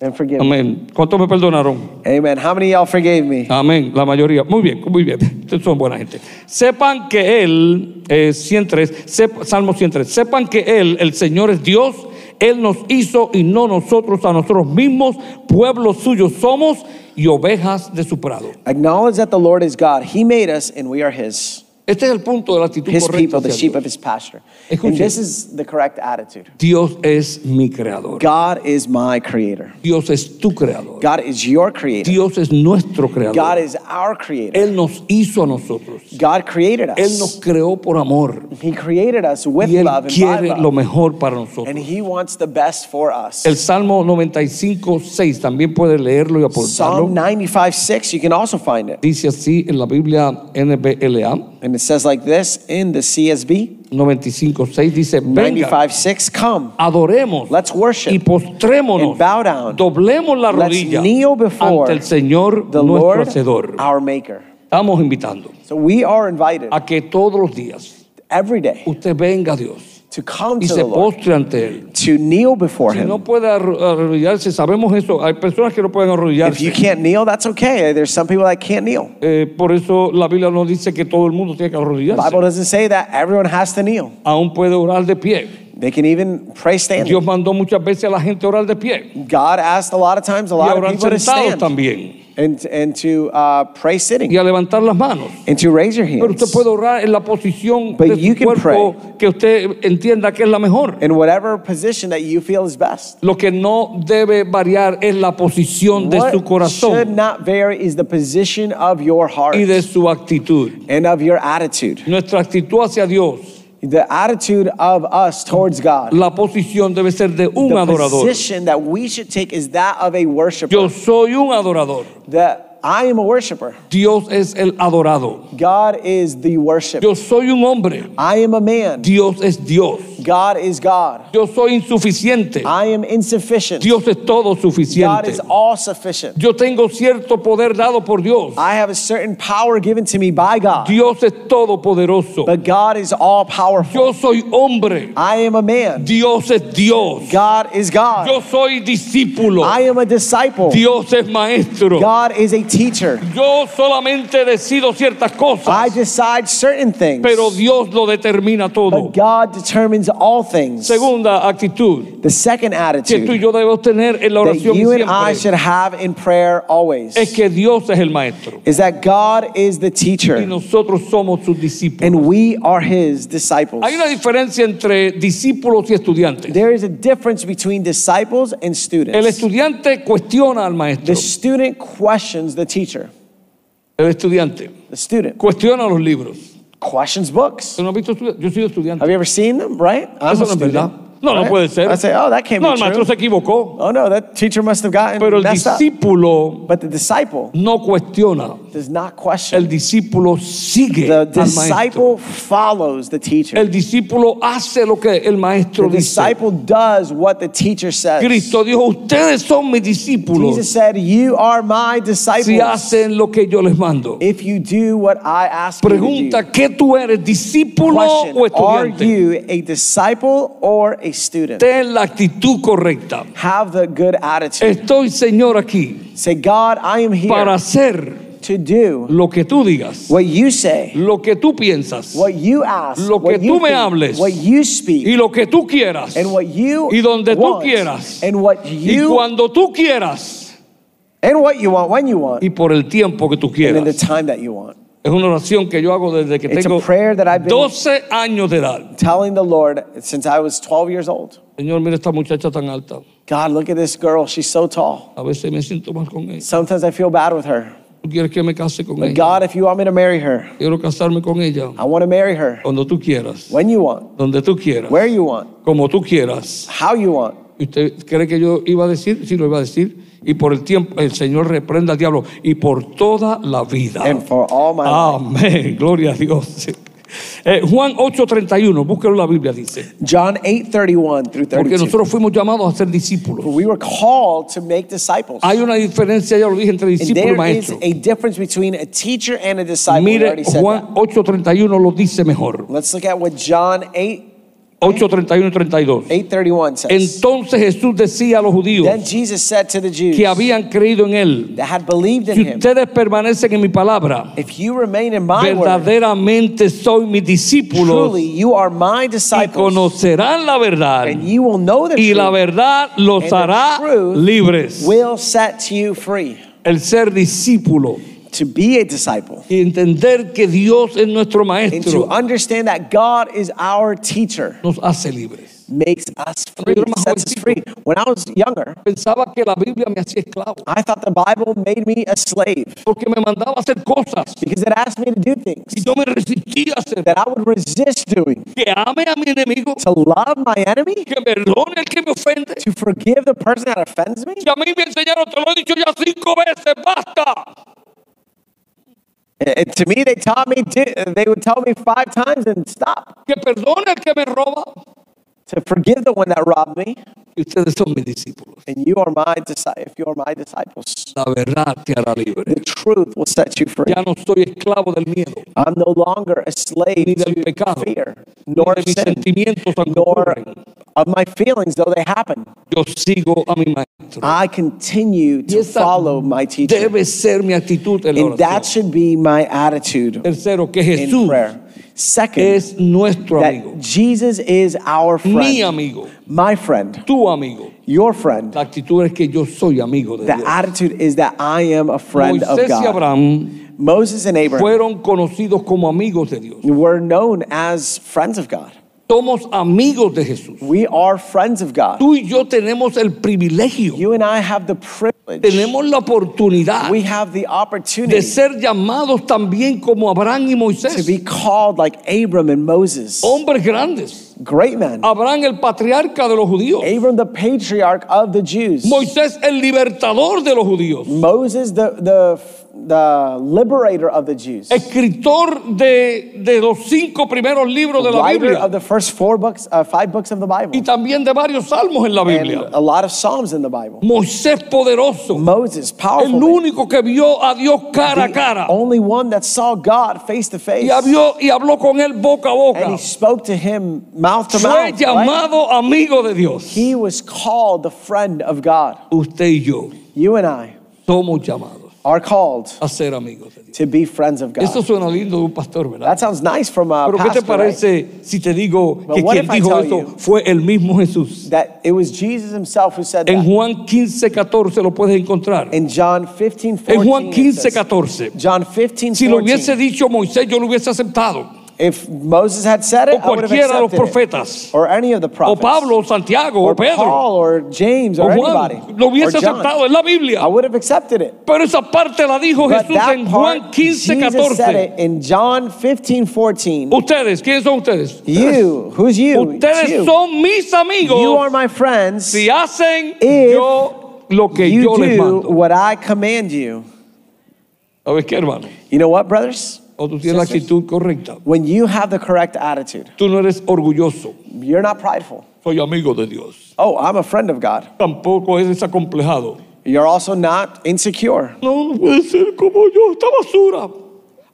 C: And forgive me.
B: Amén. ¿Cuántos me perdonaron?
C: Amen. How many of y'all forgave me?
B: Amén. La mayoría. Muy bien, muy bien. Ustedes son buena gente. Sepan que Él, eh, 103, sep- Salmo 103, sepan que Él, el Señor es Dios. Él nos hizo y no nosotros a nosotros mismos. Pueblo suyo somos y ovejas de su prado.
C: Acknowledge that the Lord is God. He made us and we are His.
B: Este es el punto de la actitud
C: His
B: correcta.
C: people, the
B: hacia
C: sheep
B: Dios.
C: of His pasture.
B: Escuche.
C: And this is the correct attitude.
B: Dios es mi creador.
C: God is my creator.
B: Dios es tu creador.
C: God is your creator.
B: Dios es nuestro creador.
C: God is our creator.
B: Él nos hizo a nosotros.
C: God created
B: Él nos
C: us.
B: creó por amor.
C: He created us with
B: Y Él
C: love and by
B: quiere lo
C: love.
B: mejor para
C: And
B: nosotros.
C: He wants the best for us.
B: El Salmo 95, 6 también puede leerlo y
C: Psalm
B: aportarlo.
C: 95 6, you can also find it.
B: Dice así en la Biblia NBLA
C: And it says like this in the CSB
B: 95, 6 dice: Venga,
C: 95 6, come.
B: adoremos
C: Let's worship
B: y postrémonos,
C: and bow down.
B: doblemos la
C: Let's
B: rodilla
C: kneel before
B: ante el Señor
C: the
B: nuestro
C: Lord,
B: Hacedor.
C: our Maker.
B: Estamos invitando
C: So we are invited
B: a que todos los días
C: every day
B: usted venga a Dios
C: to come
B: y
C: to
B: se
C: the Lord,
B: postre ante Él.
C: to kneel before
B: Si no
C: Him.
B: puede arro- arrodillarse, sabemos eso. Hay personas que no pueden
C: If you
B: arrodillarse.
C: can't kneel, that's okay. There's some people that can't kneel.
B: Eh, por eso la Biblia nos dice que todo el mundo tiene que
C: The
B: arrodillarse.
C: Bible doesn't say that everyone has to kneel.
B: Aún puede orar de pie.
C: They can even pray standing.
B: Dios mandó muchas veces a la gente a orar de pie
C: God asked a lot of times a
B: y a
C: lot of
B: orar
C: people to
B: sentados
C: stand
B: también
C: and, and to uh, pray sitting
B: y a levantar las manos.
C: and to raise your
B: Pero usted
C: hands.
B: puede orar en la posición
C: But
B: de
C: you
B: su
C: can
B: cuerpo que usted entienda que es la mejor.
C: in whatever position that you feel is best.
B: Lo que no debe variar es la posición de
C: what
B: su
C: should
B: corazón
C: not vary is the position of your heart
B: y de su actitud.
C: and of your attitude.
B: Nuestra actitud hacia Dios,
C: The attitude of us towards God.
B: la posición debe ser de un
C: The
B: adorador.
C: position that we should take is that of a worshiper.
B: Yo soy un adorador.
C: That I am a worshiper.
B: Dios es el adorado.
C: God is the worshiper.
B: Yo soy un hombre.
C: I am a man.
B: Dios es Dios.
C: God is God.
B: Yo soy insuficiente.
C: I am insufficient.
B: Dios es todo
C: God
B: suficiente.
C: is all sufficient.
B: Yo tengo cierto poder dado por Dios.
C: I have a certain power given to me by God.
B: Dios es todopoderoso.
C: But God is all powerful.
B: Yo soy hombre.
C: I am a man.
B: Dios es Dios.
C: God is God.
B: Yo soy discípulo.
C: I am a disciple.
B: Dios es maestro.
C: God is a teacher.
B: Yo solamente decido ciertas
C: I
B: cosas,
C: decide certain things.
B: pero Dios lo determina todo.
C: But God determines all things.
B: Segunda actitud.
C: the second
B: que tú y
C: attitude
B: yo debemos tener en la
C: that
B: oración
C: you and I
B: siempre
C: should have in prayer always
B: es que Dios es el maestro
C: is that God is the
B: y
C: teacher
B: nosotros somos sus discípulos.
C: and we are his disciples.
B: Hay una diferencia entre discípulos y estudiantes.
C: There is a difference between disciples and
B: El
C: students.
B: estudiante cuestiona al maestro.
C: The student questions the teacher.
B: El estudiante
C: The student
B: cuestiona los libros.
C: questions books.
B: ¿Tú no has visto estudi- Yo soy estudiante.
C: Have you ever seen them, right? I'm
B: Eso
C: a
B: no es Ah, verdad.
C: student.
B: No, no
C: right?
B: puede ser.
C: I say, oh, that can't
B: no, el
C: be
B: maestro se
C: true.
B: equivocó.
C: Oh no, that teacher must have gotten
B: Pero el
C: messed up.
B: discípulo
C: But the disciple
B: no cuestiona.
C: does not question.
B: El discípulo sigue
C: The
B: al maestro.
C: disciple follows the teacher.
B: El discípulo hace lo que el maestro
C: The
B: dice.
C: disciple does what the teacher says.
B: Cristo dijo, ustedes son mis discípulos
C: Jesus said, "You are my
B: si
C: disciples
B: hacen lo que yo les mando.
C: if you do what I ask you to do."
B: Pregunta, ¿qué tú eres, discípulo o
C: Question, are
B: estudiante?
C: you a disciple or a student?
B: Ten la actitud correcta.
C: Have the good attitude.
B: Estoy, Señor, aquí
C: Say, God, I am
B: para
C: here
B: hacer
C: to do
B: lo que tú digas,
C: what you say,
B: lo que tú piensas
C: what you ask,
B: Lo
C: what
B: que
C: you
B: tú me
C: think,
B: hables.
C: what you
B: y
C: speak,
B: lo que tú quieras
C: and what you
B: y donde tú
C: want,
B: quieras.
C: and what
B: y
C: you
B: cuando tú quieras
C: and what you want when you want,
B: y por el tiempo que tú
C: and in the
B: quieras.
C: time that you want.
B: Es una oración que yo hago desde que
C: It's a
B: tengo
C: prayer that I've been-
B: 12 años de edad.
C: Telling the Lord since I was 12 years old,
B: Señor, mira esta muchacha tan alta.
C: God, look at this girl. She's so tall.
B: A veces me siento mal con ella.
C: Sometimes I feel bad with her.
B: Tú quieres que me case con
C: But
B: ella.
C: God, if you want me to marry her,
B: Quiero casarme con ella
C: I want to marry her
B: cuando tú quieras,
C: when you want,
B: donde tú quieras,
C: where you want,
B: como tú quieras.
C: how you want.
B: ¿Y ¿Usted cree que yo iba a decir? Sí, lo iba a decir. Y por el tiempo, el Señor reprenda al diablo. Y por toda la vida.
C: And for all my life.
B: Amén. Gloria a Dios. Eh, Juan 8:31, búsquelo en la Biblia, dice.
C: John 8 31 through
B: Porque
C: 32.
B: nosotros fuimos llamados a ser discípulos.
C: We were called to make disciples.
B: Hay una diferencia, ya lo dije, entre
C: And
B: discípulo y
C: there is
B: maestro.
C: a difference between a teacher and a disciple. We
B: Mire,
C: already said
B: Juan
C: that.
B: 8:31 lo dice mejor.
C: Let's look at what John 8
B: 8:31 y 32.
C: 831 says.
B: Entonces Jesús decía a los judíos
C: Then Jesus said to the Jews
B: que habían creído en él,
C: that had believed in
B: si
C: him,
B: ustedes permanecen en mi palabra,
C: If you remain in my word,
B: verdaderamente soy mis discípulos
C: truly you are my
B: y
C: disciples,
B: conocerán la verdad
C: and you will know the
B: y la
C: truth
B: verdad
C: and
B: los
C: the
B: hará
C: truth
B: libres.
C: will set you free.
B: El ser discípulo
C: To be a disciple
B: y entender que Dios es nuestro
C: and to
B: maestro
C: understand that God is our teacher
B: nos hace libres.
C: makes us free,
B: Cuando yo era más
C: sets us free.
B: jovencito.
C: When I was younger,
B: Pensaba que la Biblia me hacía esclavo
C: I thought the Bible made me a slave
B: porque me mandaba a hacer cosas
C: because it asked me to do things
B: y yo me resistía a hacer.
C: that I would resist doing.
B: Que ame a mi enemigo,
C: To love my enemy,
B: que perdone al que me ofende.
C: to forgive the person that offends me,
B: Y a mí me enseñaron, te lo he dicho ya cinco veces, basta.
C: And to me, they taught me, to, they would tell me five times and stop
B: Que perdone al que me roba.
C: to forgive the one that robbed me.
B: Y ustedes son mis discípulos.
C: And you are my disciple. If you are my disciples,
B: La verdad te hará libre.
C: the truth will set you free.
B: Ya no soy esclavo del miedo,
C: I'm no longer a slave
B: Ni del
C: to
B: pecado,
C: fear,
B: ni
C: nor
B: de mis
C: sin,
B: sentimientos, aunque
C: nor
B: ocurren.
C: of my feelings, though they happen.
B: Yo sigo a mi maestro.
C: I continue
B: Y
C: to
B: esa
C: follow my teacher.
B: Debe ser mi actitud en la
C: And that
B: oración.
C: should be my attitude
B: Tercero, que
C: in
B: Jesús
C: prayer. Second,
B: es nuestro amigo,
C: that Jesus is our
B: mi
C: friend,
B: amigo,
C: my friend,
B: tu amigo.
C: your friend.
B: La actitud es que yo soy amigo de
C: The
B: Dios.
C: attitude is that I am a friend of
B: Moisés y
C: God.
B: Abraham
C: Moses and Abraham
B: fueron conocidos como amigos de Dios.
C: were known as friends of God.
B: Somos amigos de Jesús.
C: We are friends of God.
B: Tú y yo tenemos el privilegio,
C: You and I have the privilege.
B: tenemos la oportunidad
C: We have the
B: de
C: opportunity
B: ser llamados también como Abraham y
C: to
B: Moisés,
C: be called like Abram and Moses,
B: hombres grandes.
C: great men.
B: Abraham el patriarca de los judíos,
C: Abram, the patriarch of the Jews.
B: Moisés el libertador de los judíos.
C: Moses, the, the, the liberator of the Jews.
B: escritor de, de los cinco primeros libros de la
C: Writer of
B: Biblia
C: the first four books, uh, five books of the
B: y
C: Bible,
B: también de varios salmos en la
C: and
B: Biblia.
C: a lot of Psalms in the Bible.
B: Moisés poderoso,
C: Moses,
B: el
C: powerful. man.
B: único que vio a Dios cara a
C: the
B: cara
C: Only one that saw God face to face.
B: y habló, y habló con él boca a
C: And
B: boca.
C: he spoke to him mouth to
B: Fue
C: mouth. right?
B: llamado amigo de Dios.
C: ¿eh? He was called the friend of God.
B: Usted y yo
C: You and I
B: somos llamados
C: are called
B: a ser amigos de Dios.
C: to be friends of God.
B: Eso suena lindo de un pastor, ¿verdad?
C: that sounds nice from a
B: Pero ¿qué
C: pastor,
B: te
C: right?
B: parece si te digo
C: But
B: que
C: what
B: quien
C: if I
B: dijo
C: tell
B: eso
C: you-
B: fue el mismo Jesús?
C: That it was Jesus himself who said
B: En
C: that.
B: Juan 15, 14 lo puedes encontrar.
C: In John 15, 14,
B: En Juan
C: it
B: 15,
C: says-
B: 14.
C: John 15,
B: Si lo hubiese
C: 14.
B: dicho Moisés, yo lo hubiese aceptado.
C: If Moses had said
B: O
C: it, I would have
B: cualquiera de los
C: accepted it.
B: profetas.
C: Or any of the
B: o
C: prophets.
B: Pablo, o Santiago,
C: or
B: o Pedro,
C: Paul, or James,
B: o
C: or anybody.
B: Juan, lo
C: or
B: hubiese
C: John.
B: aceptado en la Biblia.
C: I would have accepted it.
B: Pero esa parte la dijo
C: But
B: Jesús
C: that
B: en Juan
C: part,
B: 15,
C: Jesus said
B: 14.
C: it in John 15, 14.
B: Ustedes, ¿quiénes son ustedes?
C: You, who's you? It's
B: Ustedes
C: you.
B: son mis amigos
C: You are my friends.
B: si hacen
C: If
B: yo lo que
C: you
B: yo les
C: do
B: mando.
C: what I command you.
B: ¿Sabes qué, hermano?
C: You know what, brothers?
B: O tú tienes la actitud correcta.
C: When you have the correct attitude,
B: Tú no eres orgulloso.
C: you're not prideful.
B: Soy amigo de Dios.
C: Oh, I'm a friend of God.
B: Tampoco eres acomplejado.
C: You're also not insecure.
B: No, no puede ser como yo, esta basura.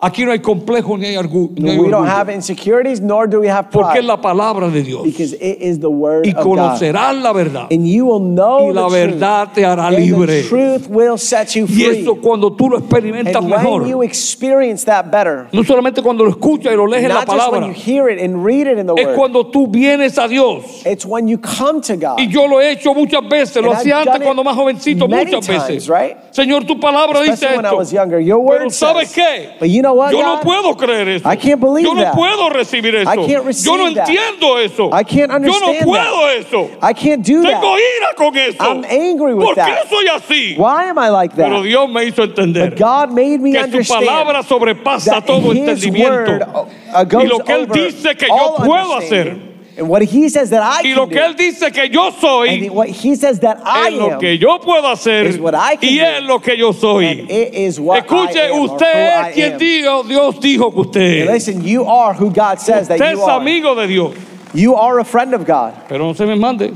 B: Aquí no hay complejo ni hay, argu- ni hay
C: We don't
B: orgullo.
C: have insecurities, nor do we have
B: Porque es
C: pride.
B: la palabra de Dios.
C: Because it is the word
B: Y
C: of God.
B: conocerás la verdad.
C: And you will know
B: Y la
C: the truth.
B: verdad te hará
C: And
B: libre.
C: the truth will set you
B: Y
C: free.
B: eso cuando tú lo experimentas
C: and when you
B: mejor.
C: experience that better,
B: No solamente cuando lo escuchas y lo lees en la
C: not just when
B: palabra.
C: you hear it and read it in the
B: Es
C: word,
B: cuando tú vienes a Dios.
C: it's when you come to God.
B: Y yo lo he hecho muchas veces. Lo
C: And I've
B: hacía antes
C: done it
B: cuando más jovencito,
C: many
B: muchas veces.
C: times, right?
B: Señor, tu palabra dice
C: Especially when I was
B: esto.
C: younger. Your
B: Pero
C: word
B: ¿sabes
C: says-
B: qué?
C: But you know what,
B: Yo no
C: God?
B: puedo creer eso.
C: I can't believe
B: Yo no
C: that.
B: puedo recibir eso.
C: I can't
B: Yo
C: receive
B: no
C: that.
B: entiendo eso.
C: I can't
B: Yo no
C: understand that.
B: puedo eso.
C: I can't do
B: Tengo
C: that.
B: ira con eso.
C: I'm angry with
B: ¿Por
C: that.
B: qué soy así?
C: Why am I like
B: Pero
C: that?
B: Dios me hizo entender
C: But God made me
B: que su palabra
C: understand
B: sobrepasa
C: that
B: todo
C: His word
B: entendimiento.
C: uh, goes
B: Y lo que Él
C: over
B: dice que yo
C: all
B: puedo
C: understanding. And what He says that
B: Y
C: I can
B: lo que
C: do,
B: Él dice que yo
C: and
B: soy
C: what He says that I
B: es lo
C: am,
B: que yo puedo hacer
C: is what I can
B: y
C: do.
B: es lo que yo soy.
C: and it is what I
B: Escuche,
C: am, or who
B: usted
C: I
B: es quien
C: am.
B: Dios, Dios dijo que
C: And
B: usted es.
C: Listen, you are who God says that
B: Usted
C: you
B: es
C: are.
B: amigo de Dios.
C: You are a friend of God,
B: Pero no se me mande.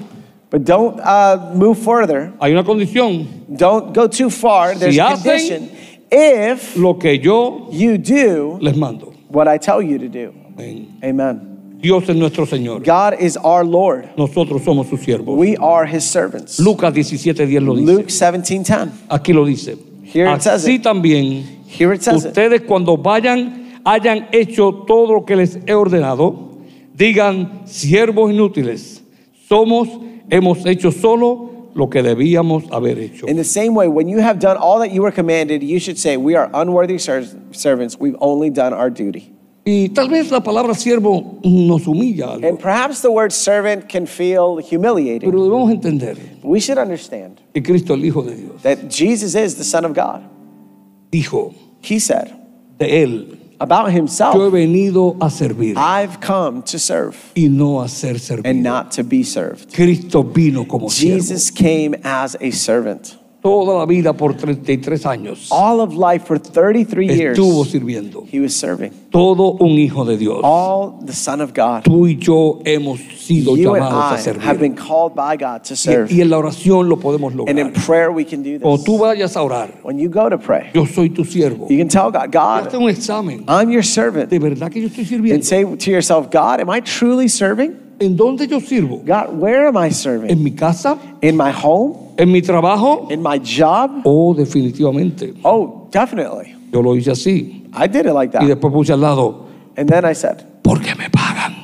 C: but don't uh, move further.
B: Hay una condición.
C: Don't go too far. There's
B: Si
C: a
B: hacen-
C: condition. If
B: Lo que yo
C: you do
B: les mando.
C: what I tell you to do.
B: Amén.
C: Amen.
B: Dios es nuestro Señor.
C: God is our Lord.
B: Nosotros somos sus siervos.
C: We are his servants.
B: Lucas 17, 10 lo dice.
C: Luke 17:10.
B: Aquí lo dice.
C: Here it says
B: Así
C: it.
B: también
C: Here it says it.
B: ustedes cuando vayan hayan hecho todo lo que les he ordenado, digan siervos inútiles. Somos hemos hecho solo lo que debíamos haber hecho.
C: In the same way, when you have done all that you were commanded, you should say, We are unworthy ser- servants. We've only done our duty.
B: Y tal vez la palabra siervo nos humilla algo,
C: And perhaps the word servant can feel humiliating.
B: pero debemos entender
C: We should understand
B: que Cristo el Hijo de Dios
C: that Jesus is the Son of God.
B: dijo
C: He said
B: de él,
C: about
B: yo he
C: himself,
B: venido a servir
C: I've come to serve
B: y no a ser
C: and
B: servido.
C: not to be served.
B: Cristo vino como siervo.
C: Jesus came as a servant.
B: Toda la vida por 33 años
C: All of life for 33 years,
B: estuvo sirviendo.
C: he was serving.
B: Todo un hijo de Dios.
C: All the Son of God.
B: Tú y yo hemos sido
C: You and
B: llamados a
C: I have been
B: servir.
C: called by God to serve.
B: Y, y en la oración lo podemos
C: And in
B: lograr.
C: prayer, we can do
B: Cuando tú
C: this.
B: vayas a orar,
C: When you go to pray,
B: yo soy tu siervo.
C: you can tell God,
B: Hazte
C: God,
B: un examen.
C: I'm your
B: ¿De
C: servant.
B: verdad que yo estoy
C: And
B: sirviendo?
C: say to yourself, God, am I truly serving?
B: ¿En dónde yo sirvo?
C: God, where am I serving?
B: ¿En mi casa?
C: In my home?
B: ¿En mi trabajo?
C: In my job?
B: Oh, definitivamente.
C: Oh, definitely.
B: Yo lo hice así.
C: I did it like
B: Y
C: that.
B: después puse al lado,
C: And then I said,
B: ¿por qué me pagan?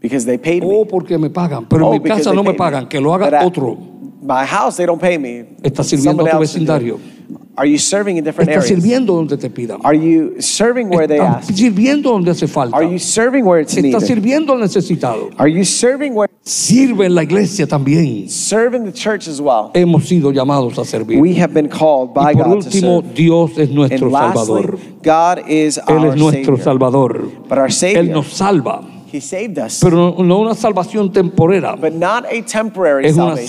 C: because they paid me.
B: Oh, porque me pagan. Pero en
C: Oh,
B: mi
C: because
B: casa
C: they
B: no me
C: paid me.
B: pagan. Que lo
C: But
B: haga
C: at
B: otro.
C: My house, they don't pay me.
B: Estás sirviendo a
C: Someone
B: tu
C: else to do it.
B: vecindario.
C: Are you serving in different
B: Estás
C: areas?
B: sirviendo donde te pidan.
C: Are you serving where they
B: Estás
C: ask?
B: sirviendo donde hace falta.
C: Are you serving where it's
B: Estás
C: needed?
B: sirviendo al necesitado.
C: Are you serving where
B: Sirve en la iglesia también.
C: serve in the church as well?
B: Hemos sido llamados a servir.
C: We have been called
B: y
C: by
B: por
C: God to
B: último,
C: serve.
B: Dios es nuestro
C: And lastly,
B: Salvador.
C: God is
B: Él
C: our
B: es nuestro
C: Savior.
B: Salvador.
C: But our Savior,
B: Él nos salva.
C: He saved us.
B: Pero no, no una salvación temporera.
C: but not a temporary
B: Es una
C: salvation.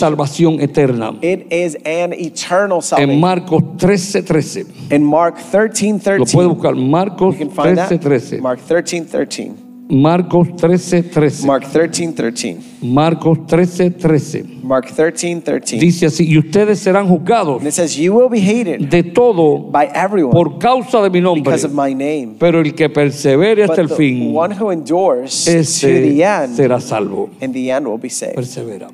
B: salvación eterna.
C: it is an eternal
B: En
C: salvation.
B: Marcos 13:13.
C: in Mark 13,
B: Lo
C: 13.
B: puedes buscar. Marcos
C: you can find
B: 13:13.
C: that. Mark 13, 13.
B: Marcos 13:13.
C: Mark 13, 13.
B: Marcos 13:13.
C: Mark 13, 13.
B: Dice así, y ustedes serán juzgados
C: and it says, You will be hated
B: de todo
C: by everyone
B: por causa de mi nombre.
C: because of my name.
B: Pero el que persevere
C: But
B: hasta el
C: the
B: fin,
C: one who endures to the
B: ese
C: end,
B: será salvo.
C: in the end will be saved.
B: Persevera.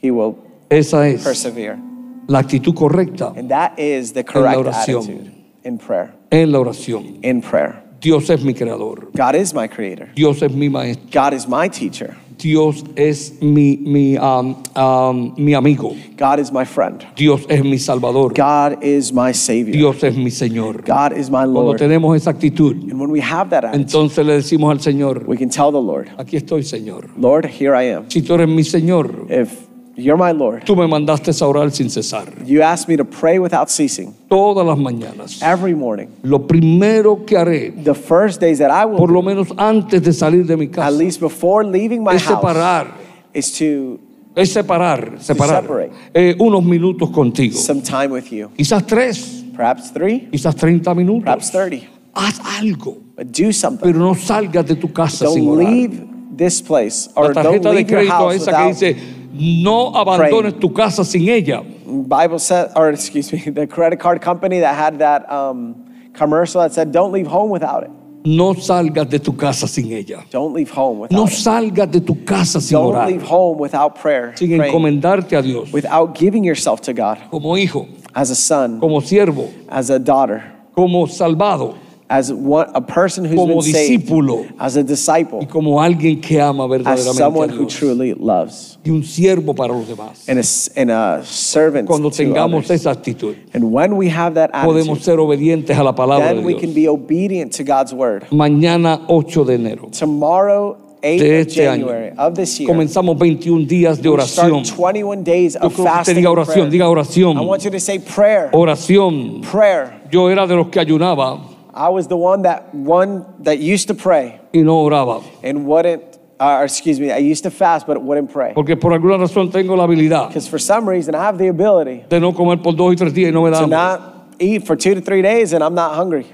C: He will
B: Esa es
C: persevere.
B: la actitud correcta
C: And that is the correct
B: oración.
C: attitude in prayer.
B: en la oración.
C: In prayer.
B: Dios es mi creador.
C: God is my creator.
B: Dios es mi maestro.
C: God is my teacher.
B: Dios es mi, mi, um, um, mi amigo.
C: God is my friend.
B: Dios es mi salvador.
C: God is my Savior.
B: Dios es mi Señor.
C: God is my
B: Cuando
C: Lord.
B: tenemos esa actitud,
C: and when we have that attitude,
B: entonces le decimos al Señor,
C: we can tell the Lord,
B: aquí estoy, Señor.
C: Lord, here I am.
B: Si tú eres mi Señor,
C: If you're my Lord,
B: tú me mandaste a orar sin cesar.
C: you ask me to pray without ceasing
B: Todas las mañanas.
C: every morning.
B: Lo primero que haré,
C: The first days that I will,
B: por lo menos antes de salir de mi
C: at
B: casa,
C: least before leaving my
B: es
C: house,
B: separar,
C: is to
B: es separar, separar
C: separate.
B: eh, unos minutos contigo.
C: some time with you.
B: Quizás tres,
C: Perhaps three,
B: quizás 30
C: perhaps
B: minutos.
C: 30.
B: Haz algo,
C: But do something.
B: pero no salgas de tu casa sin
C: Don't
B: orar.
C: leave this place
B: La
C: or don't
B: tarjeta de
C: leave your
B: crédito
C: house
B: esa que
C: without
B: dice no abandones tu casa sin ella.
C: Bible said, or excuse me, the credit card company that had that um, commercial that said, "Don't leave home without it.
B: No salgas de tu casa sin ella.
C: Don't leave home without
B: No
C: it.
B: salgas de tu casa sin
C: Don't leave
B: orar,
C: home without prayer,
B: sin
C: praying,
B: encomendarte a Dios
C: without giving yourself to God
B: como hijo,
C: as a son,
B: como siervo,
C: as a daughter,
B: como salvado
C: as one, a person who's
B: Como
C: been saved,
B: discípulo.
C: as a
B: y
C: disciple,
B: como alguien que ama
C: as
B: verdaderamente a
C: someone who
B: Dios
C: truly loves,
B: y un siervo para los demás.
C: and a, s- and a servant
B: Cuando
C: to
B: tengamos
C: others.
B: esa actitud,
C: And when we have that
B: podemos
C: attitude,
B: ser obedientes a la palabra de
C: then we
B: Dios.
C: can be obedient to God's word.
B: Mañana 8 de enero
C: Tomorrow, 8th
B: de
C: of
B: este
C: January
B: año
C: of this year.
B: comenzamos 21 días de
C: We start
B: oración.
C: 21 days
B: Yo creo
C: of
B: que usted
C: fasting
B: diga
C: and prayer.
B: oración, diga oración, Oh.
C: I want you to say prayer.
B: oración.
C: Prayer.
B: Yo era de los que ayunaba
C: I was the one that one that used to pray
B: y no oraba,
C: and wouldn't uh, or excuse me, I used to fast but wouldn't pray.
B: porque por alguna razón tengo la habilidad
C: Because for some reason I have the ability
B: de no comer por dos y tres días y no me da hambre.
C: to not eat for 2 to 3 days and I'm not hungry.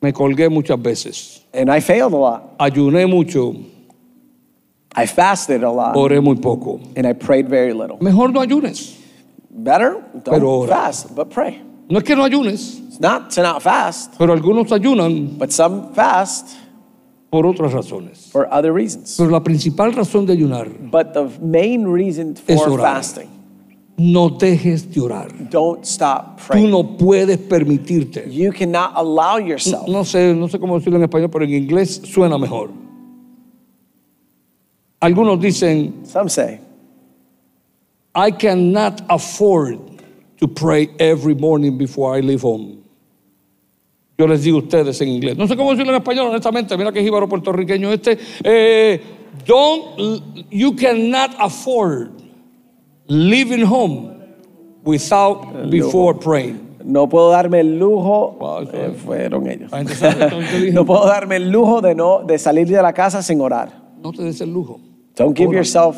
B: Me colgué muchas veces,
C: And I failed a lot.
B: ayuné mucho,
C: I fasted a lot
B: oré muy poco.
C: and I prayed very little.
B: Mejor no ayunes.
C: Better don't
B: Pero ora.
C: fast but pray.
B: No es que no ayunes,
C: It's not to not fast,
B: pero algunos ayunan
C: but some fast
B: por otras razones.
C: for other reasons.
B: Pero la principal razón de ayunar,
C: But the main reason
B: Es
C: for
B: orar.
C: fasting
B: no dejes de orar.
C: Don't stop
B: Tú
C: praying.
B: no puedes permitirte.
C: You cannot allow yourself.
B: No sé, no sé cómo decirlo en español, pero en inglés suena mejor. Algunos dicen,
C: Some say,
B: I cannot afford to pray every morning before I leave home. Yo les digo a ustedes en inglés. No sé cómo decirlo en español, honestamente. Mira que jíbaro puertorriqueño este. Eh, don't, you cannot afford leaving home without before praying.
C: no puedo darme el lujo.
B: Wow, eso
C: Eh, fueron ellos.
B: La gente sabe, entonces dije-
C: no puedo darme el lujo de no de salir de la casa sin orar.
B: No te des el lujo.
C: Don't give
B: Ora.
C: yourself.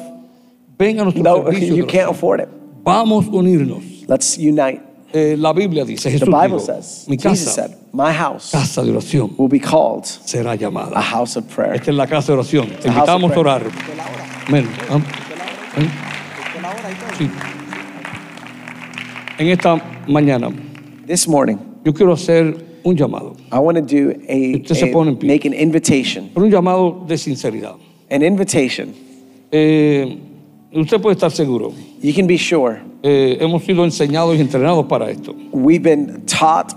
B: Ven a nuestro
C: No,
B: servicio de
C: you can't
B: oración.
C: afford it.
B: Vamos a unirnos.
C: Let's unite.
B: Eh, la Biblia dice,
C: The
B: Jesús
C: Bible
B: dijo,
C: says.
B: mi
C: Jesus
B: casa,
C: said, "My house
B: casa de oración,
C: will be called
B: será
C: a
B: llamada.
C: house of prayer."
B: Esta es la casa de oración. Te
C: La casa de
B: invitamos a orar.
C: oración.
B: Amén. Am- Amén. Sí. En esta mañana,
C: This morning,
B: yo quiero hacer un llamado,
C: I want to do a,
B: Usted se
C: a-
B: pone en pie.
C: make an invitation.
B: pero un llamado de sinceridad.
C: An invitation.
B: Eh, usted puede estar seguro,
C: You can be sure
B: eh, hemos sido enseñados y entrenados para esto.
C: we've been taught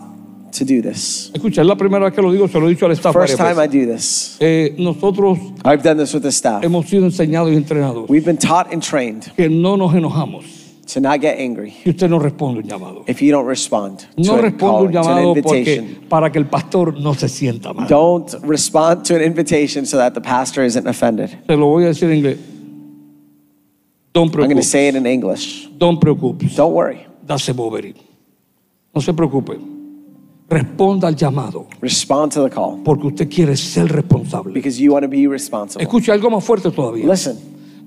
C: to do this.
B: Escucha, es la primera vez que lo digo, se lo he dicho al staff
C: First
B: varias
C: time I
B: veces.
C: do this.
B: Eh, nosotros
C: I've done this with the staff.
B: hemos sido enseñados y entrenados
C: We've been taught and trained
B: que no nos enojamos
C: to not get angry
B: si usted no responde un llamado.
C: if you don't respond
B: No
C: to, a
B: responde
C: call,
B: un
C: to an
B: llamado porque,
C: invitation.
B: para que el pastor no se sienta mal.
C: Don't respond to an invitation so that the pastor isn't offended.
B: Te lo voy a decir en inglés. Don't
C: I'm going to
B: preocupes.
C: say it in English.
B: Don't preocupes.
C: Don't worry.
B: Dase bobery. No se preocupe. Responda al llamado
C: Respond to the call
B: porque usted quiere ser responsable.
C: because you want to be responsible.
B: Escuche algo más fuerte todavía.
C: Listen,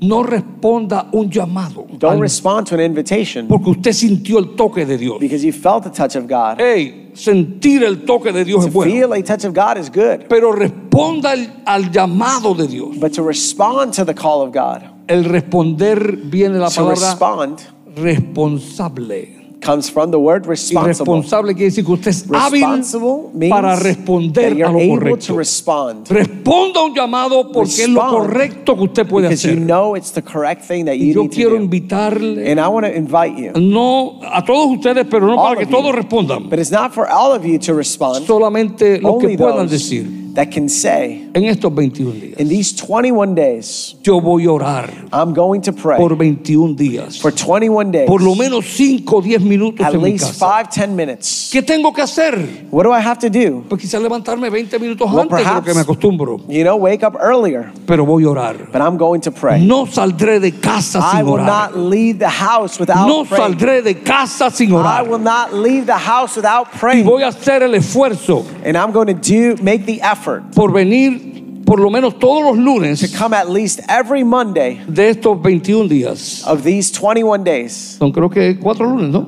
B: No responda un llamado
C: don't
B: al-
C: respond to an invitation
B: porque usted sintió el toque de Dios.
C: because you felt the touch of God.
B: Hey, sentir el toque de Dios
C: To
B: es bueno.
C: feel a touch of God is good,
B: Pero responda al, al llamado de Dios.
C: but to respond to the call of God,
B: El responder viene la
C: to
B: palabra
C: respond
B: responsable.
C: comes from the word
B: Y
C: responsible.
B: responsable quiere decir que usted es hábil
C: Responsible means
B: para
C: that
B: responder
C: you're
B: a lo
C: able
B: correcto.
C: to respond
B: Responda a un llamado porque es lo
C: Respond
B: correcto que usted puede
C: because you
B: hacer.
C: know it's the correct thing that
B: Y
C: you
B: yo
C: need to
B: quiero
C: do.
B: invitarle,
C: And I want to invite you,
B: no a todos ustedes, pero no
C: All
B: para que
C: of you.
B: todos respondan.
C: but it's not for all of you to respond.
B: Solamente los que
C: Only
B: puedan
C: those
B: decir,
C: that can say,
B: en estos 21 días,
C: In these 21 days,
B: yo voy a orar
C: I'm going to pray
B: por 21 días,
C: for 21 days,
B: por lo menos 5 o 10 minutos
C: at
B: en mi
C: least
B: casa.
C: five, 10 minutes.
B: ¿Qué tengo que hacer?
C: What do I have to do?
B: Pues quizás levantarme 20 minutos
C: Well,
B: antes de lo que
C: perhaps-
B: me acostumbro,
C: You know, wake up earlier,
B: pero voy a orar.
C: but I'm going to pray.
B: No saldré de casa
C: I
B: sin
C: will
B: orar.
C: not leave the house without
B: No
C: praying.
B: saldré de casa sin
C: I will
B: orar.
C: not leave the house without
B: Y
C: praying.
B: voy a hacer el esfuerzo
C: And I'm going to do make the effort
B: por venir por lo menos todos los
C: to
B: lunes
C: come at least every Monday
B: de estos 21 días.
C: of these 21 days.
B: Son creo que cuatro lunes, ¿no?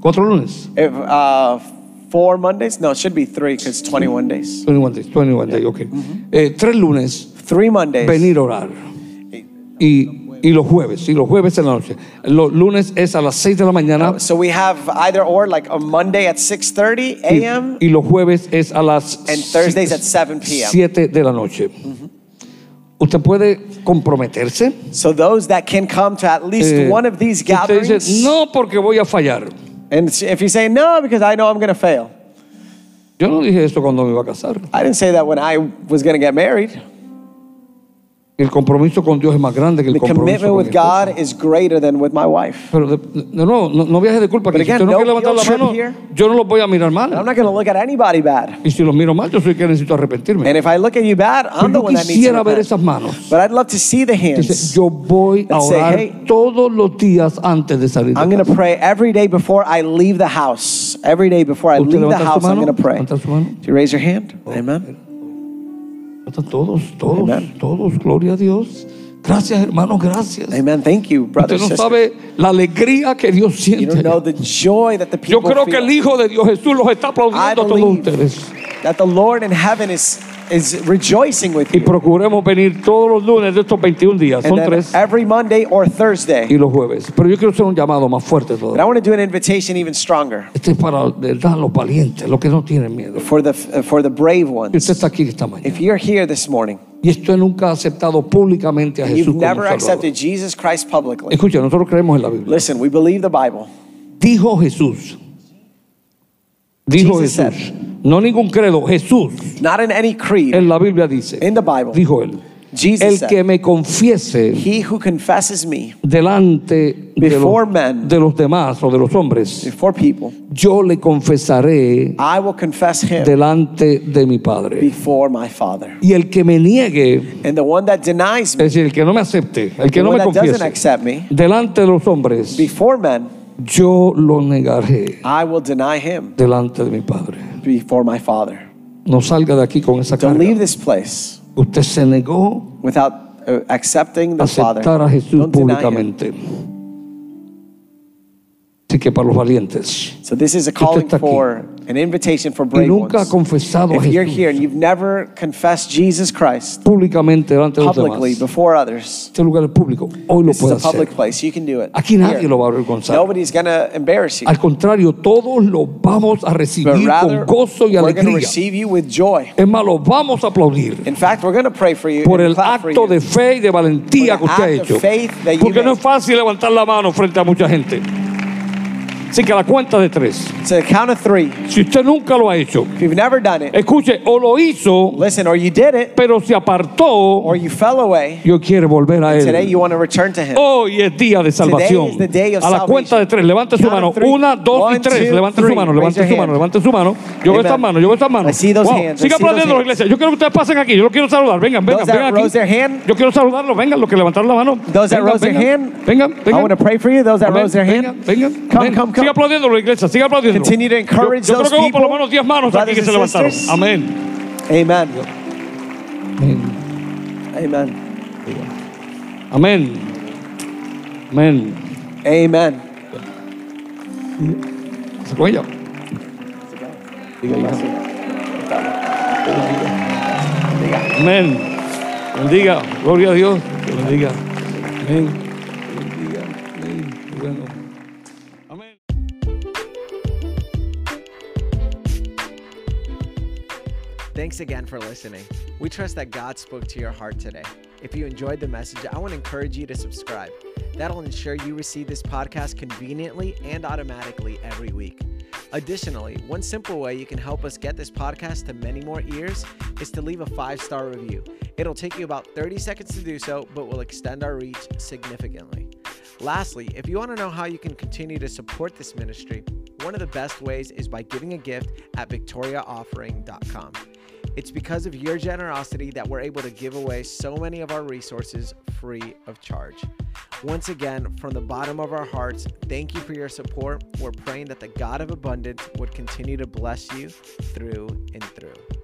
B: Cuatro lunes.
C: If, uh, four Mondays? No, it should be three because 21 days.
B: 21 days, 21 days, ok.
C: Mm-hmm.
B: Eh, tres lunes,
C: Three Mondays.
B: venir a orar. Y, y los jueves, y los jueves en la noche. Los lunes es a las 6 de la mañana
C: So we have either or, like a Monday at 6:30
B: y,
C: a.m.
B: y los jueves es a las
C: And Thursdays at 7 p.m.
B: 7 de la noche.
C: Mm-hmm.
B: Usted puede comprometerse.
C: So those that can come to at least
B: Eh,
C: one of these
B: Usted
C: gatherings.
B: dice, no, porque voy a fallar.
C: And if you say no, because I know I'm going to fail.
B: Yo no dije esto cuando me iba a casar.
C: I didn't say that when I was going to get married.
B: El compromiso con Dios es más grande que el
C: The
B: compromiso
C: commitment
B: con mi
C: with
B: esposa.
C: God is greater than with my wife.
B: Pero de, de- no, no, no viaje de culpa. Que
C: But
B: si
C: again,
B: usted no
C: no
B: quiere levantar la
C: guilt trip
B: mano,
C: here.
B: yo no lo voy a mirar mal.
C: I'm not going to look at anybody bad.
B: Y si los miro mal, yo soy el que necesito arrepentirme.
C: And if I look at you bad, I'm
B: Pero
C: the
B: yo
C: one that needs
B: quisiera
C: to
B: ver
C: repent.
B: esas manos.
C: But I'd love to see the
B: Dice,
C: hands.
B: yo voy a
C: Let's say,
B: orar
C: hey,
B: todos los días antes de salir. de
C: I'm going
B: casa.
C: to pray every day before I leave the house. Every day before I
B: ¿Usted
C: leave the
B: levanta su
C: house, I'm
B: mano?
C: going to pray.
B: ¿Levanta Oh. su mano?
C: Do you raise your hand? Amen.
B: Levantan Todos, todos,
C: Amen.
B: todos, gloria a Dios. Gracias, hermanos, gracias.
C: Amen. Thank you,
B: Usted
C: brothers
B: no
C: sisters.
B: sabe la alegría que Dios
C: You don't
B: siente.
C: know the joy that the
B: Yo
C: people
B: creo que
C: feel.
B: el Hijo de Dios Jesús los está
C: I
B: aplaudiendo a todos
C: believe
B: ustedes.
C: that the Lord in heaven is, is rejoicing with
B: Y
C: you.
B: procuremos venir todos los lunes de estos 21 días.
C: And
B: Son
C: then
B: tres
C: every Monday or Thursday.
B: y los jueves. Pero yo quiero hacer un llamado más fuerte
C: But I
B: todavía.
C: want to do an invitation even stronger
B: Este es para de verdad los valientes, los que no tienen miedo.
C: for the, for the brave
B: Y usted
C: ones.
B: está aquí esta mañana.
C: If you're here this morning,
B: Y esto nunca ha aceptado públicamente a
C: and
B: Jesús
C: you've
B: como
C: never
B: Salvador.
C: accepted Jesus Christ publicly,
B: Escucha, nosotros creemos en la Biblia.
C: listen, we believe the Bible.
B: Dijo Jesús. Dijo
C: Jesus
B: Jesús. No ningún credo. Jesús.
C: Not in any creed.
B: En la Biblia dice.
C: In the Bible.
B: Dijo él.
C: Jesus
B: El que
C: said,
B: me confiese
C: He who confesses me
B: delante de
C: Before
B: los,
C: men.
B: de los demás o de los hombres,
C: before people,
B: yo le confesaré
C: I will confess him
B: delante de mi Padre.
C: before my Father.
B: Y el que me niegue,
C: And the one that denies
B: es
C: me,
B: decir, el que no me acepte, el que
C: the
B: no
C: one
B: me
C: that doesn't
B: confiese,
C: accept me,
B: delante de los hombres,
C: before men,
B: yo lo negaré
C: I will deny him
B: delante de mi Padre.
C: before my Father.
B: No salga de aquí con esa
C: Don't leave
B: carga.
C: this place
B: Usted se negó
C: without uh, accepting
B: a
C: the Father.
B: aceptar a Jesús
C: Don't deny him.
B: públicamente. Así que para los valientes.
C: So this is a
B: Usted
C: calling
B: está aquí.
C: for an invitation for
B: Y
C: brave
B: E nunca ha
C: ones.
B: confesado a
C: If you're
B: Jesús
C: here and you've never confessed Jesus Christ
B: públicamente delante de los demás.
C: publicly before others,
B: Este lugar es público. Hoy lo
C: this is
B: puede
C: a public
B: hacer.
C: place. You can do it.
B: Aquí nadie lo va a avergonzar.
C: Nobody's going to embarrass you.
B: Al contrario, todos lo vamos a
C: But
B: recibir
C: rather,
B: con gozo y
C: we're going to
B: alegría.
C: receive you with joy.
B: Es más, lo vamos a aplaudir
C: In fact, we're going to pray for you
B: por
C: and
B: el
C: clap for
B: acto
C: you.
B: de fe y de valentía que
C: For the
B: usted ha
C: act of
B: hecho.
C: faith that you
B: Porque no
C: made.
B: es fácil levantar la mano frente a mucha gente. Así que a la cuenta de tres.
C: to the count of three.
B: Si usted nunca lo ha hecho,
C: If you've never done it,
B: escuche, o lo hizo,
C: listen, or you did it,
B: pero se apartó,
C: or you fell away.
B: yo quiero volver a
C: Today
B: él.
C: you want to return to Him.
B: Hoy es día de salvación.
C: is the day of
B: A la
C: salvation.
B: cuenta de tres, levante su
C: Count
B: mano.
C: of three.
B: Una, dos y
C: One,
B: tres.
C: two,
B: Levante su
C: three.
B: mano,
C: Raise
B: levante
C: your
B: su mano,
C: hand.
B: levante su mano. Yo veo
C: Amen.
B: estas manos, yo veo estas manos.
C: I see those
B: Wow.
C: hands, I
B: Siga
C: see those
B: aplaudiendo,
C: hands.
B: iglesia. Yo quiero que ustedes pasen aquí. Yo los quiero saludar. Vengan, vengan,
C: Those that
B: vengan
C: rose their hand.
B: aquí. Yo quiero saludarlos. Vengan, los que levantaron la mano.
C: Those that
B: Vengan,
C: rose their
B: vengan.
C: hand,
B: Vengan,
C: I want to
B: vengan.
C: pray for you. Those that
B: Amén.
C: rose their
B: Vengan,
C: hand,
B: vengan.
C: Come,
B: Amén.
C: come,
B: Siga
C: come.
B: aplaudiendo, iglesia. Siga aplaudiendo.
C: Continue to encourage
B: yo, yo
C: those
B: creo que hubo por lo
C: people,
B: menos 10 manos aquí
C: brothers
B: que se
C: and
B: levantaron.
C: sisters.
B: Amén.
C: Amen.
B: Amén.
C: Amen.
B: Amén. Amén.
C: Amen.
B: ¿Se fue ella? Amén. Bendiga. Gloria a Dios. Que bendiga. Amén. Bendiga. Amén. Bueno. Amén.
A: Thanks again for listening. We trust that God spoke to your heart today. If you enjoyed the message, I want to encourage you to subscribe. That'll ensure you receive this podcast conveniently and automatically every week. Additionally, one simple way you can help us get this podcast to many more ears is to leave a five star review. It'll take you about 30 seconds to do so, but will extend our reach significantly. Lastly, if you want to know how you can continue to support this ministry, one of the best ways is by giving a gift at victoriaoffering.com. It's because of your generosity that we're able to give away so many of our resources free of charge. Once again, from the bottom of our hearts, thank you for your support. We're praying that the God of abundance would continue to bless you through and through.